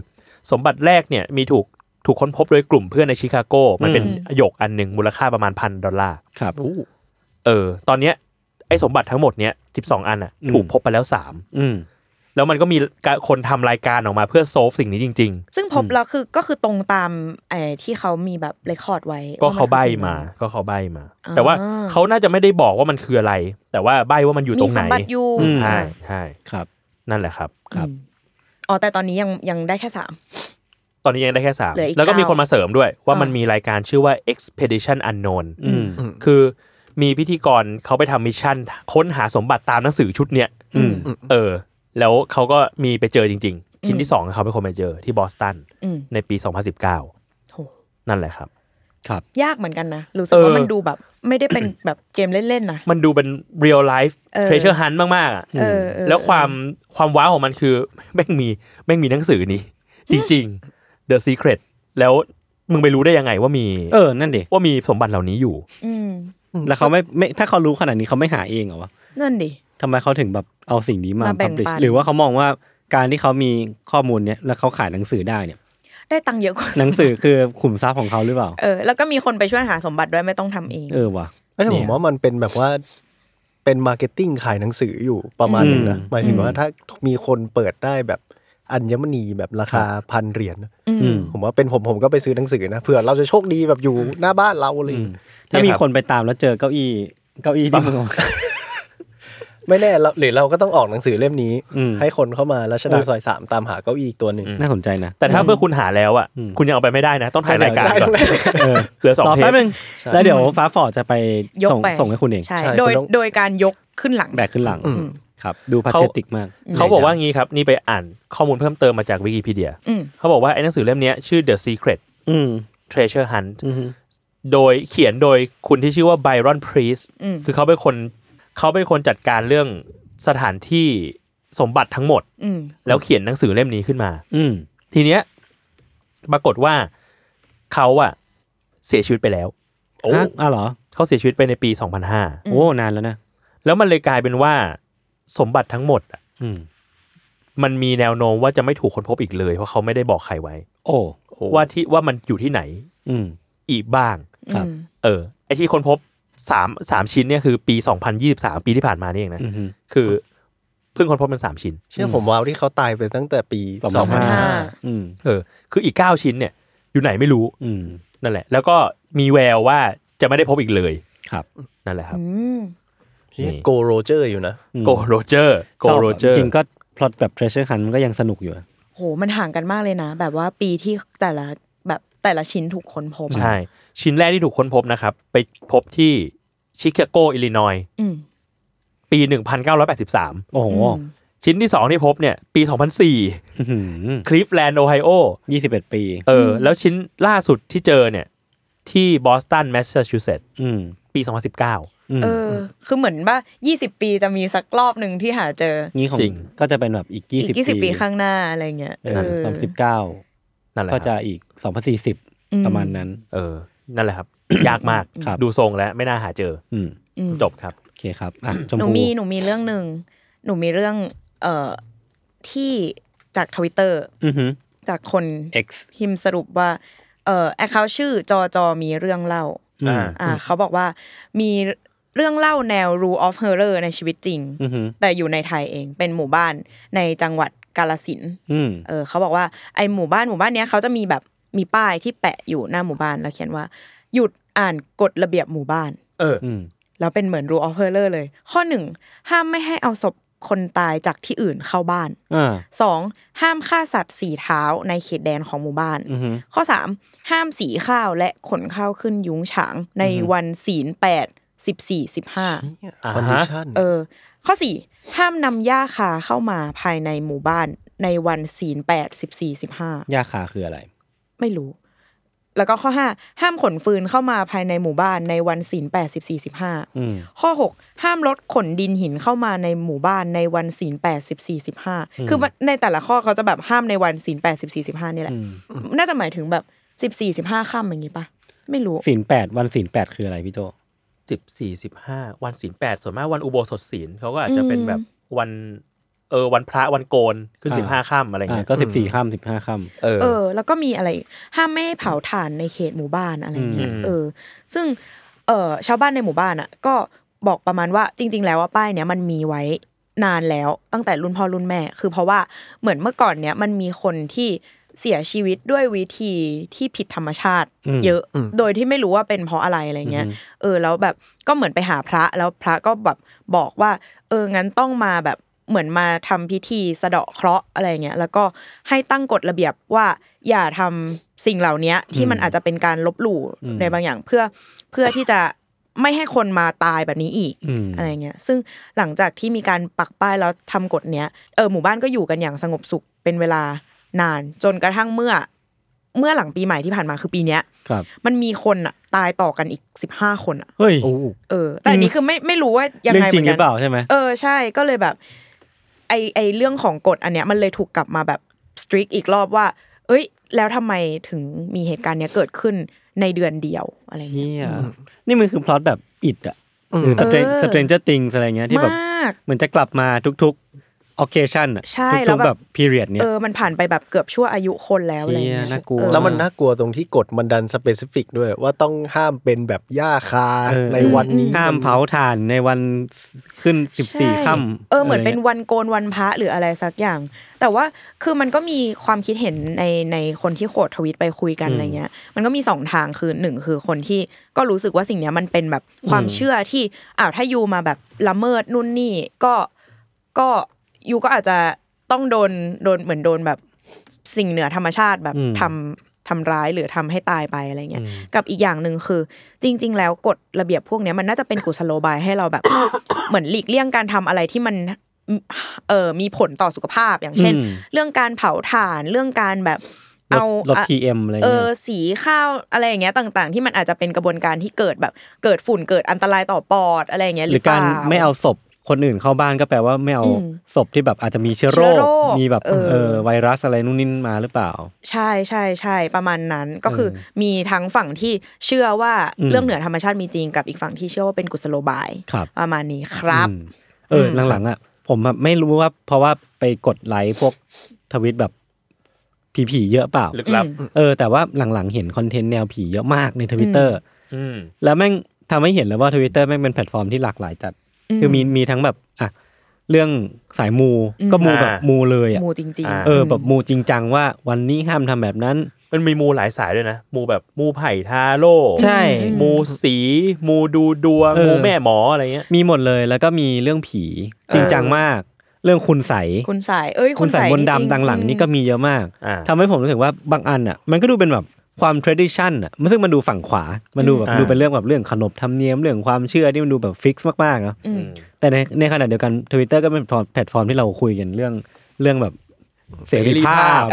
[SPEAKER 3] สมบัติแรกเนี่ยมีถูกถูกค้นพบโดยกลุ่มเพื่อนในชิคาโก มันเป็น
[SPEAKER 4] อืม
[SPEAKER 3] หยกอันหนึ่งมูลค่าประมาณพันดอลลาร์
[SPEAKER 2] ครับ
[SPEAKER 3] เออ ตอนเนี้ยไอ้สมบัติทั้งหมดเนี้ยสิบสองอันอ่ะ
[SPEAKER 2] อืม
[SPEAKER 3] ถูกพบไปแล้วสาม
[SPEAKER 2] อืม
[SPEAKER 3] แล้วมันก็มีการคนทำรายการออกมาเพื่อโซฟสิ่งนี้จริง
[SPEAKER 4] ซึ่งพบแล้วคือก็คือตรงตามไอ้ที่เขามีแบบเรคคอร์ดไว้
[SPEAKER 3] ๆ ก็เขา
[SPEAKER 4] ว่นคือ
[SPEAKER 3] ใบ
[SPEAKER 4] สิ่ง
[SPEAKER 3] มา
[SPEAKER 4] นั้น
[SPEAKER 3] ก็เขาใบมา
[SPEAKER 4] อ่า
[SPEAKER 3] แต่ว่าเขาน่าจะไม่ได้บอกว่ามันคืออะไร แต่ว่าใบว่ามันอยู่ตร
[SPEAKER 4] มี
[SPEAKER 3] งไห
[SPEAKER 4] ส
[SPEAKER 3] น
[SPEAKER 4] มบัติอยู่
[SPEAKER 2] อืม
[SPEAKER 3] ใช่ใช่
[SPEAKER 2] ครับ
[SPEAKER 3] นั่นแหละครับ
[SPEAKER 2] ครับ
[SPEAKER 4] อ๋อแต่ตอนนี้ยังยังได้แค่สาม
[SPEAKER 3] ตอนนี้ยังได้แค่สาม
[SPEAKER 4] เหลืออีก
[SPEAKER 3] แล้วก็มี
[SPEAKER 4] เก้า
[SPEAKER 3] คนมาเสริมด้วย ว่า
[SPEAKER 4] อ่ามั
[SPEAKER 3] มันมีรายการชื่อว่า Expedition Unknown
[SPEAKER 2] อืม
[SPEAKER 3] คือมีพิธีกรเขาไปทำมิชชั่น ค้นหาสมบัติตามหนังสือชุดเนี้ย
[SPEAKER 2] อืม
[SPEAKER 3] เออ แล้วเขาก็มีไปเจอจริง ๆ ชิ้นที่สองเขาเป็นคนไปเจอที่บอสตัน
[SPEAKER 4] อืม
[SPEAKER 3] ในปี 2019
[SPEAKER 4] โห
[SPEAKER 3] นั่นแหละครับ
[SPEAKER 2] ครับ
[SPEAKER 4] ยากเหมือนกันนะรู้สึกว่ามันดูแบบไม่ได้เป็นแบบเกมเล่นๆนะ
[SPEAKER 3] มันดูเป็น real life
[SPEAKER 4] เออ
[SPEAKER 3] treasure hunt มากๆอะ
[SPEAKER 4] เออเออ
[SPEAKER 3] แล้วความความว้าวของมันคือ แม่งมีแม่งมีหนังสือนี้ จริง ๆ The Secret แล้วมึงไปรู้ได้ยังไงว่ามี
[SPEAKER 2] เออ นั่นดิ
[SPEAKER 3] ว่ามีสมบัติเหล่านี้อยู่
[SPEAKER 4] อืม
[SPEAKER 2] แล้วเขาไม่ไม่ถ้าเขารู้ขนาดนี้เขาไม่หาเองเหรอวะ
[SPEAKER 4] นั่นดิ
[SPEAKER 2] ทำไมเขาถึงแบบเอาสิ่งนี้มา
[SPEAKER 4] มาแบ่ง
[SPEAKER 2] พับลิช
[SPEAKER 4] ปัน
[SPEAKER 2] หรือว่าเขามองว่าการที่เขามีข้อมูลเนี้ยแล้วเขาขายหนังสือได้เนี่ย
[SPEAKER 4] ได้ตังค์เยอะกว่า
[SPEAKER 2] หนังสือคือขุมทรัพย์ของเขาหรือเปล่า
[SPEAKER 4] เออแล้วก็มีคนไปช่วยหาสมบัติด้วยไม่ต้องทำเอง
[SPEAKER 2] เออว่ะ
[SPEAKER 5] แล้วผมว่ามันเป็นแบบว่าเป็นมาร์เก็ตติ้งขายหนังสืออยู่ประมาณนึงนะ
[SPEAKER 2] อืม
[SPEAKER 5] หมายถึงว่าถ้ามีคนเปิดได้แบบอัญมณีแบบราคาพันเหรียญนะ
[SPEAKER 2] อืม
[SPEAKER 5] ผมว่าเป็นผมผมก็ไปซื้อหนังสือนะเผื่อเราจะโชคดีแบบอยู่หน้าบ้านเราอะไรอย่างเลย
[SPEAKER 2] ถ้า
[SPEAKER 3] เนี่ย
[SPEAKER 2] มี
[SPEAKER 3] ครับ
[SPEAKER 2] คนไปตามแล้วเจอเก้าอี้เก้าอี้ที่มึงเอา
[SPEAKER 5] ไม่แน่เราหรือเราก็ต้องออกหนังสือเล่มนี้
[SPEAKER 2] อืม
[SPEAKER 5] ให้คนเข้ามารัชดาซอยสามตามหาเก้าอี้อีกตัวหนึ่ง
[SPEAKER 2] น่าสนใจ นะ
[SPEAKER 3] แต่ถ้าเมื่อคุณหาแล้วอ่ะ คุณยังเอาไปไม่ได้นะ ต้องถ่ายรายการ
[SPEAKER 5] ใช่
[SPEAKER 3] ก่อน
[SPEAKER 5] ต้องได้
[SPEAKER 3] เหลือสอง
[SPEAKER 2] ต่อ
[SPEAKER 3] เท
[SPEAKER 2] แป๊
[SPEAKER 3] ป
[SPEAKER 2] บนึงแล้วเดี๋ยวฟ้าฟอร์ดจะไป
[SPEAKER 4] ยก
[SPEAKER 2] ส่ง
[SPEAKER 4] ไป
[SPEAKER 2] ส่งให้คุณเอง
[SPEAKER 4] ใช่
[SPEAKER 5] ใช่
[SPEAKER 4] โดย
[SPEAKER 5] คุณต้อง
[SPEAKER 4] โดยการยกขึ้นหลัง
[SPEAKER 2] แบกขึ้นหลัง
[SPEAKER 4] อืม
[SPEAKER 2] ครับ ดูพาเทติกมาก
[SPEAKER 3] เขาบอกว่างี้ครับ นี่ไปอ่านข้อมูลเพิ่มเติมมาจากวิกิพีเดีย
[SPEAKER 4] อืม
[SPEAKER 3] เขาบอกว่าไอ้หนังสือเล่มเนี้ยชื่อ The Secret
[SPEAKER 2] อืม
[SPEAKER 3] Treasure Hunt
[SPEAKER 2] อือฮึ
[SPEAKER 3] โดยเขียนโดยคุณที่ชื่อว่าไบรอนพรีสคือเขาเป็นคนเขาเป็นคนจัดการเรื่องสถานที่สมบัติทั้งหมด
[SPEAKER 4] อืม
[SPEAKER 3] แล้วเขียนหนังสือเล่มนี้ขึ้นมา
[SPEAKER 2] อืม
[SPEAKER 3] ทีเนี้ยปรากฏว่าเขาอะเสียชีวิตไปแล้ว
[SPEAKER 2] ฮะอ้าวเหรอ
[SPEAKER 3] เขาเสียชีวิตไปในปี
[SPEAKER 2] โอ้นานแล้วนะ
[SPEAKER 3] 2005 แล้วมันเลยกลายเป็นว่าสมบัติทั้งหมดอะ
[SPEAKER 2] อืม
[SPEAKER 3] มันมีแนวโน้มว่าจะไม่ถูกค้นพบอีกเลย เพราะเขาไม่ได้บอกใครไว้
[SPEAKER 2] โอ้
[SPEAKER 3] ว่าที่ว่ามันอยู่ที่ไหน
[SPEAKER 2] อืม
[SPEAKER 3] อีกบ้าง
[SPEAKER 2] ครับ
[SPEAKER 3] เออไอที่ค้นพบสามสามชิ้นเนี่ยคือปี 2023 ปีที่ผ่านมานี่เองนะ
[SPEAKER 2] อือฮึ
[SPEAKER 3] คือเพิ่งค้นพบมันสามชิ้น
[SPEAKER 5] เชื่อผมว่าที่เขาตายไปตั้งแต่ปี
[SPEAKER 2] สองพัห้า
[SPEAKER 5] สอน งพันห้า
[SPEAKER 2] อืม
[SPEAKER 3] เออ คืออีกเก้าชิ้นเนี่ย อยู่ไหนไม่รู้
[SPEAKER 2] อืม
[SPEAKER 3] นั่นแหละ แล้วก็มีแววว่าจะไม่ได้พบอีกเลย
[SPEAKER 2] ครับ
[SPEAKER 3] นั่นแหละครับ
[SPEAKER 4] อืม
[SPEAKER 5] โกโรเจอร์อยู่นะ
[SPEAKER 2] อืม
[SPEAKER 3] โกโรเจอร์โก
[SPEAKER 2] ชอบ
[SPEAKER 3] โรเจอร์
[SPEAKER 2] จริงก็พล็อตแบบ treasure hunt มันก็ยังสนุกอยู่อะ
[SPEAKER 4] โหมันห่างกันมากเลยนะ แบบว่าปีที่แต่ละแบบแต่ละชิ้นถูกค้นพบ
[SPEAKER 3] ใช่ ชิ้นแรกที่ถูกค้นพบนะครับ ไปพบที่ชิคาโก อิลลินอย
[SPEAKER 4] อืม
[SPEAKER 3] ปี 1983
[SPEAKER 2] โอ้โห
[SPEAKER 3] ชิ้นที่สองที่พบเนี่ยปี 2004คลีฟแลนด์โอไฮโอ
[SPEAKER 2] ยี่สิบเอ็ดปี
[SPEAKER 3] เออแล้วชิ้นล่าสุดที่เจอเนี่ยที่บอสตันแมสซาชูเซตส์
[SPEAKER 2] อืม
[SPEAKER 3] ปี 2019
[SPEAKER 4] เออ คือเหมือนว่า 20 ปีจะมีสักรอบหนึ่งที่หาเจอ
[SPEAKER 2] นี่ของ
[SPEAKER 3] จริง
[SPEAKER 2] ก็จะเป็นแบบอีกยี่
[SPEAKER 4] อี
[SPEAKER 2] สิ
[SPEAKER 4] ก 20 ปีข้างหน้าอะไรเงี้ย
[SPEAKER 2] เอ
[SPEAKER 4] เอ
[SPEAKER 2] อ
[SPEAKER 4] อ
[SPEAKER 2] สามสิบเก้า
[SPEAKER 3] นั่นแหละค
[SPEAKER 2] ก็
[SPEAKER 3] รับ
[SPEAKER 2] จะอีกสองพันสี่สิบประมาณนั้น
[SPEAKER 3] เออ นั่น แหละครับ ยากมาก
[SPEAKER 2] ครับ
[SPEAKER 3] ดูทรงแล้วไม่น่าหาเจอ
[SPEAKER 2] อืม
[SPEAKER 3] อจบครับ
[SPEAKER 2] โอเคครับอ่ะชม
[SPEAKER 4] หนู
[SPEAKER 2] พู
[SPEAKER 4] มีหนูมีเรื่องหนึ่งหนูมีเรื่องเอ่อที่จากทวิตเตอร์
[SPEAKER 2] อือฮึ
[SPEAKER 4] จากคน
[SPEAKER 2] X
[SPEAKER 4] พิมพ์สรุปว่าเอ่อแอคเคาชื่อจอจอมีเรื่องเล่า
[SPEAKER 2] อืม
[SPEAKER 4] อ่าเขาบอกว่ามีเรื่องเล่าแนว rule of horror ในชีวิตจริง
[SPEAKER 2] อือหือ
[SPEAKER 4] แต่อยู่ในไทยเองเป็นหมู่บ้านในจังหวัดกาลสินธุ์
[SPEAKER 2] อืม
[SPEAKER 4] เออเขาบอกว่าไอหมู่บ้านหมู่บ้านเนี้ยเขาจะมีแบบมีป้ายที่แปะอยู่หน้าหมู่บ้านแล้วเขียนว่า หยุดอ่านกฎระเบียบหมู่บ้าน
[SPEAKER 3] เออ
[SPEAKER 2] อืม
[SPEAKER 4] แล้วเป็นเหมือน rule of horror เลย ข้อหนึ่งห้ามไม่ให้เอาศพคนตายจากที่อื่นเข้าบ้าน
[SPEAKER 2] อ่า
[SPEAKER 4] สองห้ามฆ่าสัตว์สีเท้าในเขตแดนของหมู่บ้าน ข้อสามห้ามสีข้าวและขนข้าวขึ้นยุ้งฉางในวันศีลแปดสิบสี่สิบห้า
[SPEAKER 3] อ่าฮะ
[SPEAKER 5] คอนดิชัน
[SPEAKER 4] เออ ข้อสี่ห้ามนำหญ้าคาเข้ามาภายในหมู่บ้านในวันศีลแปดสิบสี่สิบห้าย
[SPEAKER 2] าขาคืออะไร
[SPEAKER 4] ไม่รู้ แล้วก็ข้อห้าห้ามขนฟืนเข้ามาภายในหมู่บ้านในวันศีลแปดสิบสี่สิบห้า
[SPEAKER 2] อืม
[SPEAKER 4] ข้อหกห้ามรถขนดินหินเข้ามาในหมู่บ้านในวันศีลแปดสิบสี่สิบห้าคือมันในแต่ละข้อเขาจะแบบห้ามในวันศีลแปดสิบสี่สิบห้านี่แหละ น่าจะหมายถึงแบบสิบสี่สิบห้าค่ำอย่างงี้ปะไม่รู้
[SPEAKER 2] ศีลแปดวันศีลแปดคืออะไรพี่โจ
[SPEAKER 3] สิบสี่สิบห้าวันศีลแปดส่วนมากวันอุโบสถศีลเขาก็อาจจะเป็นแบบวัน เออ วันพระวันโกนขึ้น
[SPEAKER 2] อ่า
[SPEAKER 3] สิบห้าค่ำอะไร
[SPEAKER 2] อ่า
[SPEAKER 3] เงี้ย
[SPEAKER 2] ก็สิบสี่
[SPEAKER 3] อืม
[SPEAKER 2] ข้ามสิบห้าข้าม
[SPEAKER 3] เออ
[SPEAKER 4] เออ แล้วก็มีอะไรอีกห้ามไม่ให้เผาถ่านในเขตหมู่บ้านอะไรเงี้ย
[SPEAKER 3] อืม
[SPEAKER 4] เออ ซึ่งเออชาวบ้านในหมู่บ้านอ่ะ ก็บอกประมาณว่าจริง ๆ แล้วว่าป้ายเนี้ยมันมีไว้นานแล้วตั้งแต่รุ่นพ่อรุ่นแม่ คือเพราะว่าเหมือนเมื่อก่อนเนี้ยมันมีคนที่เสียชีวิตด้วยวิธีที่ผิดธรรมชาติ เยอะ โดยที่ไม่รู้ว่าเป็นเพราะอะไรอะไรเงี้ย เออ แล้วแบบก็เหมือนไปหาพระแล้วพระก็แบบบอกว่า เอองั้นต้องมาแบบเหมือนมาทำพิธีสะเดาะเคราะห์อะไรเงี้ยแล้วก็ให้ตั้งกฎระเบียบว่าอย่าทำสิ่งเหล่านี้ที่มันอาจจะเป็นการลบหลู่ในบางอย่างเพื่อเพื่อที่จะไม่ให้คนมาตายแบบนี้อีก
[SPEAKER 2] อืม
[SPEAKER 4] อะไรเงี้ยซึ่งหลังจากที่มีการปักป้ายแล้วทำกฎเนี้ยเออหมู่บ้านก็อยู่กันอย่างสงบสุขเป็นเวลานาน จนกระทั่งเมื่อ เมื่อหลังปีใหม่ที่ผ่านมาคือปีเนี้ย
[SPEAKER 2] ครับ
[SPEAKER 4] มันมีคนอะตายต่อกันอีกสิบห้าคนอะ
[SPEAKER 2] เฮ้ย
[SPEAKER 5] โอ้
[SPEAKER 4] เออ แต่อันนี้คือไม่ไม่รู้ว่ายัง
[SPEAKER 2] เรื่องจ
[SPEAKER 4] ไงเห
[SPEAKER 2] ริง
[SPEAKER 4] มือน
[SPEAKER 2] ห
[SPEAKER 4] กั
[SPEAKER 2] รือ
[SPEAKER 4] น
[SPEAKER 2] เปล่าใช่ไหม
[SPEAKER 4] เออใช่ก็เลยแบบ ไอไอเรื่องของกฎอันเนี้ยมันเลยถูกกลับมาแบบสตรีกอีกรอบว่า เอ้ย แล้วทำไมถึงมีเหตุการณ์เนี้ยเกิดขึ้นในเดือนเดียวอะไรเงี้ย
[SPEAKER 2] เฮียนี่มันคือพล็อตแบบอิดอะหรือ
[SPEAKER 4] เออ
[SPEAKER 2] สเตรนเจอร์ติงอะไรเงี้ยที่
[SPEAKER 4] ม
[SPEAKER 2] แบบ
[SPEAKER 4] าก
[SPEAKER 2] เหมือนจะกลับมาทุกๆ occasion อะ
[SPEAKER 4] ใช่แล้
[SPEAKER 2] ทุ
[SPEAKER 4] ว
[SPEAKER 2] ก
[SPEAKER 4] แบบ
[SPEAKER 2] ๆแบบ period เนี้
[SPEAKER 4] เอย อมันผ่านไปแบบเกือบชั่วอายุคนแล้วอะไรเงี้ย
[SPEAKER 2] เชี่ยน่ากลัว
[SPEAKER 4] เออ
[SPEAKER 5] แล้วมันน่ากลัวตรงที่กฎมันดันสเปซิฟิกด้วย ว่าต้องห้ามเป็นแบบหญ้าคา
[SPEAKER 2] เออ
[SPEAKER 5] ในวันนี้
[SPEAKER 2] ห้ามเผาถ่านในวันขึ้นสิบสี่
[SPEAKER 4] ใช่
[SPEAKER 2] ค่ำ
[SPEAKER 4] เออเหมือนเป็น
[SPEAKER 2] ะไรงี้ย
[SPEAKER 4] วันโกนวันพระหรืออะไรสักอย่าง แต่ว่าคือมันก็มีความคิดเห็นในในคนที่โขดทวิตไปคุยกันอะไรเงี้ย มันก็มีสองทางคือหนึ่งคือคนที่ก็รู้สึกว่าสิ่งเนี้ยมันเป็นแบบความเชื่อที่อ้าวถ้ายูมาแบบละเมิดนู่นนี่ก็ ก็ยูก็อาจจะต้องโดนโดนเหมือนโดนแบบสิ่งเหนือธรรมชาติแบบทำทำร้ายหรือทำให้ตายไปอะไรเงี้ยกับอีกอย่างหนึ่งคือ จริง ๆ แล้วกฎระเบียบพวกเนี้ยมันน่าจะเป็นกุศโลบายให้เราแบบ เหมือนหลีกเลี่ยงการทำอะไรที่มันเออมีผลต่อสุขภาพอย่างเช่น เรื่องการเผาถ่านเรื่องการแบบ
[SPEAKER 2] ลด
[SPEAKER 4] เอา
[SPEAKER 2] ลด
[SPEAKER 4] อะ
[SPEAKER 2] PM อะไร
[SPEAKER 4] เอ
[SPEAKER 2] เงี้
[SPEAKER 4] อย สีข้าวอะไรอย่างเงี้ยต่าง ๆ ที่มันอาจจะเป็นกระบวนการที่เกิดแบบเกิดฝุ่นเกิดอันตรายต่อปอดอะไรอย่างเงี้ย
[SPEAKER 2] ห
[SPEAKER 4] ห
[SPEAKER 2] รื
[SPEAKER 4] รืออเป
[SPEAKER 2] การ
[SPEAKER 4] ล่า
[SPEAKER 2] ไม่เอาศพคนอื่นเข้าบ้านก็แปลว่าไม่เอา
[SPEAKER 4] อืม
[SPEAKER 2] ศพที่แบบอาจจะมีเชื้อโร
[SPEAKER 4] เชื้
[SPEAKER 2] ค
[SPEAKER 4] อโรค
[SPEAKER 2] มีแบบ
[SPEAKER 4] เออ
[SPEAKER 2] เออไวรัสอะไรนู่นนี่มาหรือเปล่า
[SPEAKER 4] ใช่ใช่ใช่ประมาณนั้นก็คือมีทั้งฝั่งที่เชื่อว่า
[SPEAKER 2] อืม
[SPEAKER 4] เรื่องเหนือธรรมชาติมีจริงกับอีกฝั่งที่เชื่อว่าเป็นกุศโลบาย
[SPEAKER 2] ครับ
[SPEAKER 4] ประมาณนี้ครับ
[SPEAKER 2] อืมเอออหลังๆอ่ะผมแบบไม่รู้ว่าเพราะว่าไปกดไลค์พวกทวิตแบบผีๆเยอะเปล่า
[SPEAKER 3] ลึกลับ
[SPEAKER 2] เออแต่ว่าหลังๆเห็นคอนเทนต์แนวผีเยอะมากในทวิตเตอร์
[SPEAKER 3] อืม
[SPEAKER 2] แล้วแม่งทำให้เห็นแล้วว่าทวิตเตอร์แม่งเป็นแพลตฟอร์มที่หลากหลายจัด คือมีมีทั้งแบบอ่ะเรื่องสายมูก็มูแบบ
[SPEAKER 3] อ่ามู
[SPEAKER 2] มูเลยอ่ะ
[SPEAKER 4] มูจริง
[SPEAKER 3] อ่า
[SPEAKER 2] เออแบบมูจริงจังว่าวันนี้ห้ามทำแบบนั้น
[SPEAKER 3] มันมีมูหลายสายด้วยนะ มูแบบมูไผ่ทาโร่
[SPEAKER 2] ใช่
[SPEAKER 3] มูสี มูดูดวง
[SPEAKER 2] เออ
[SPEAKER 3] มูแม่หมออะไรเงี้ย
[SPEAKER 2] มีหมดเลยแล้วก็มีเรื่องผีจริงจังมาก เรื่องคุณใสย
[SPEAKER 4] ๆ คุณสายเอ้ย
[SPEAKER 2] คุณใสยมนต์
[SPEAKER 4] จริ
[SPEAKER 2] ดำ
[SPEAKER 4] ง
[SPEAKER 2] ต่างหลังนี่ก็มีเยอะมาก
[SPEAKER 3] อ่า
[SPEAKER 2] ทำให้ผมรู้สึกว่าบางอันอ่ะ มันก็ดูเป็นแบบ ความ tradition อ่ะมันซึ่งมันดูฝั่งขวา มันดูแบบ
[SPEAKER 3] อ่า
[SPEAKER 2] ดูเป็นเรื่องแบบเรื่องขนบธรรมเนียมเรื่องความเชื่อที่มันดูแบบฟิกซ์มากๆเนาะ
[SPEAKER 3] อืม
[SPEAKER 2] แต่ในในขณะเดียวกันทวิตเตอร์ก็เป็นแพลตฟอร์มที่เราคุยกันเรื่องเรื่องแบบเสรีภาพ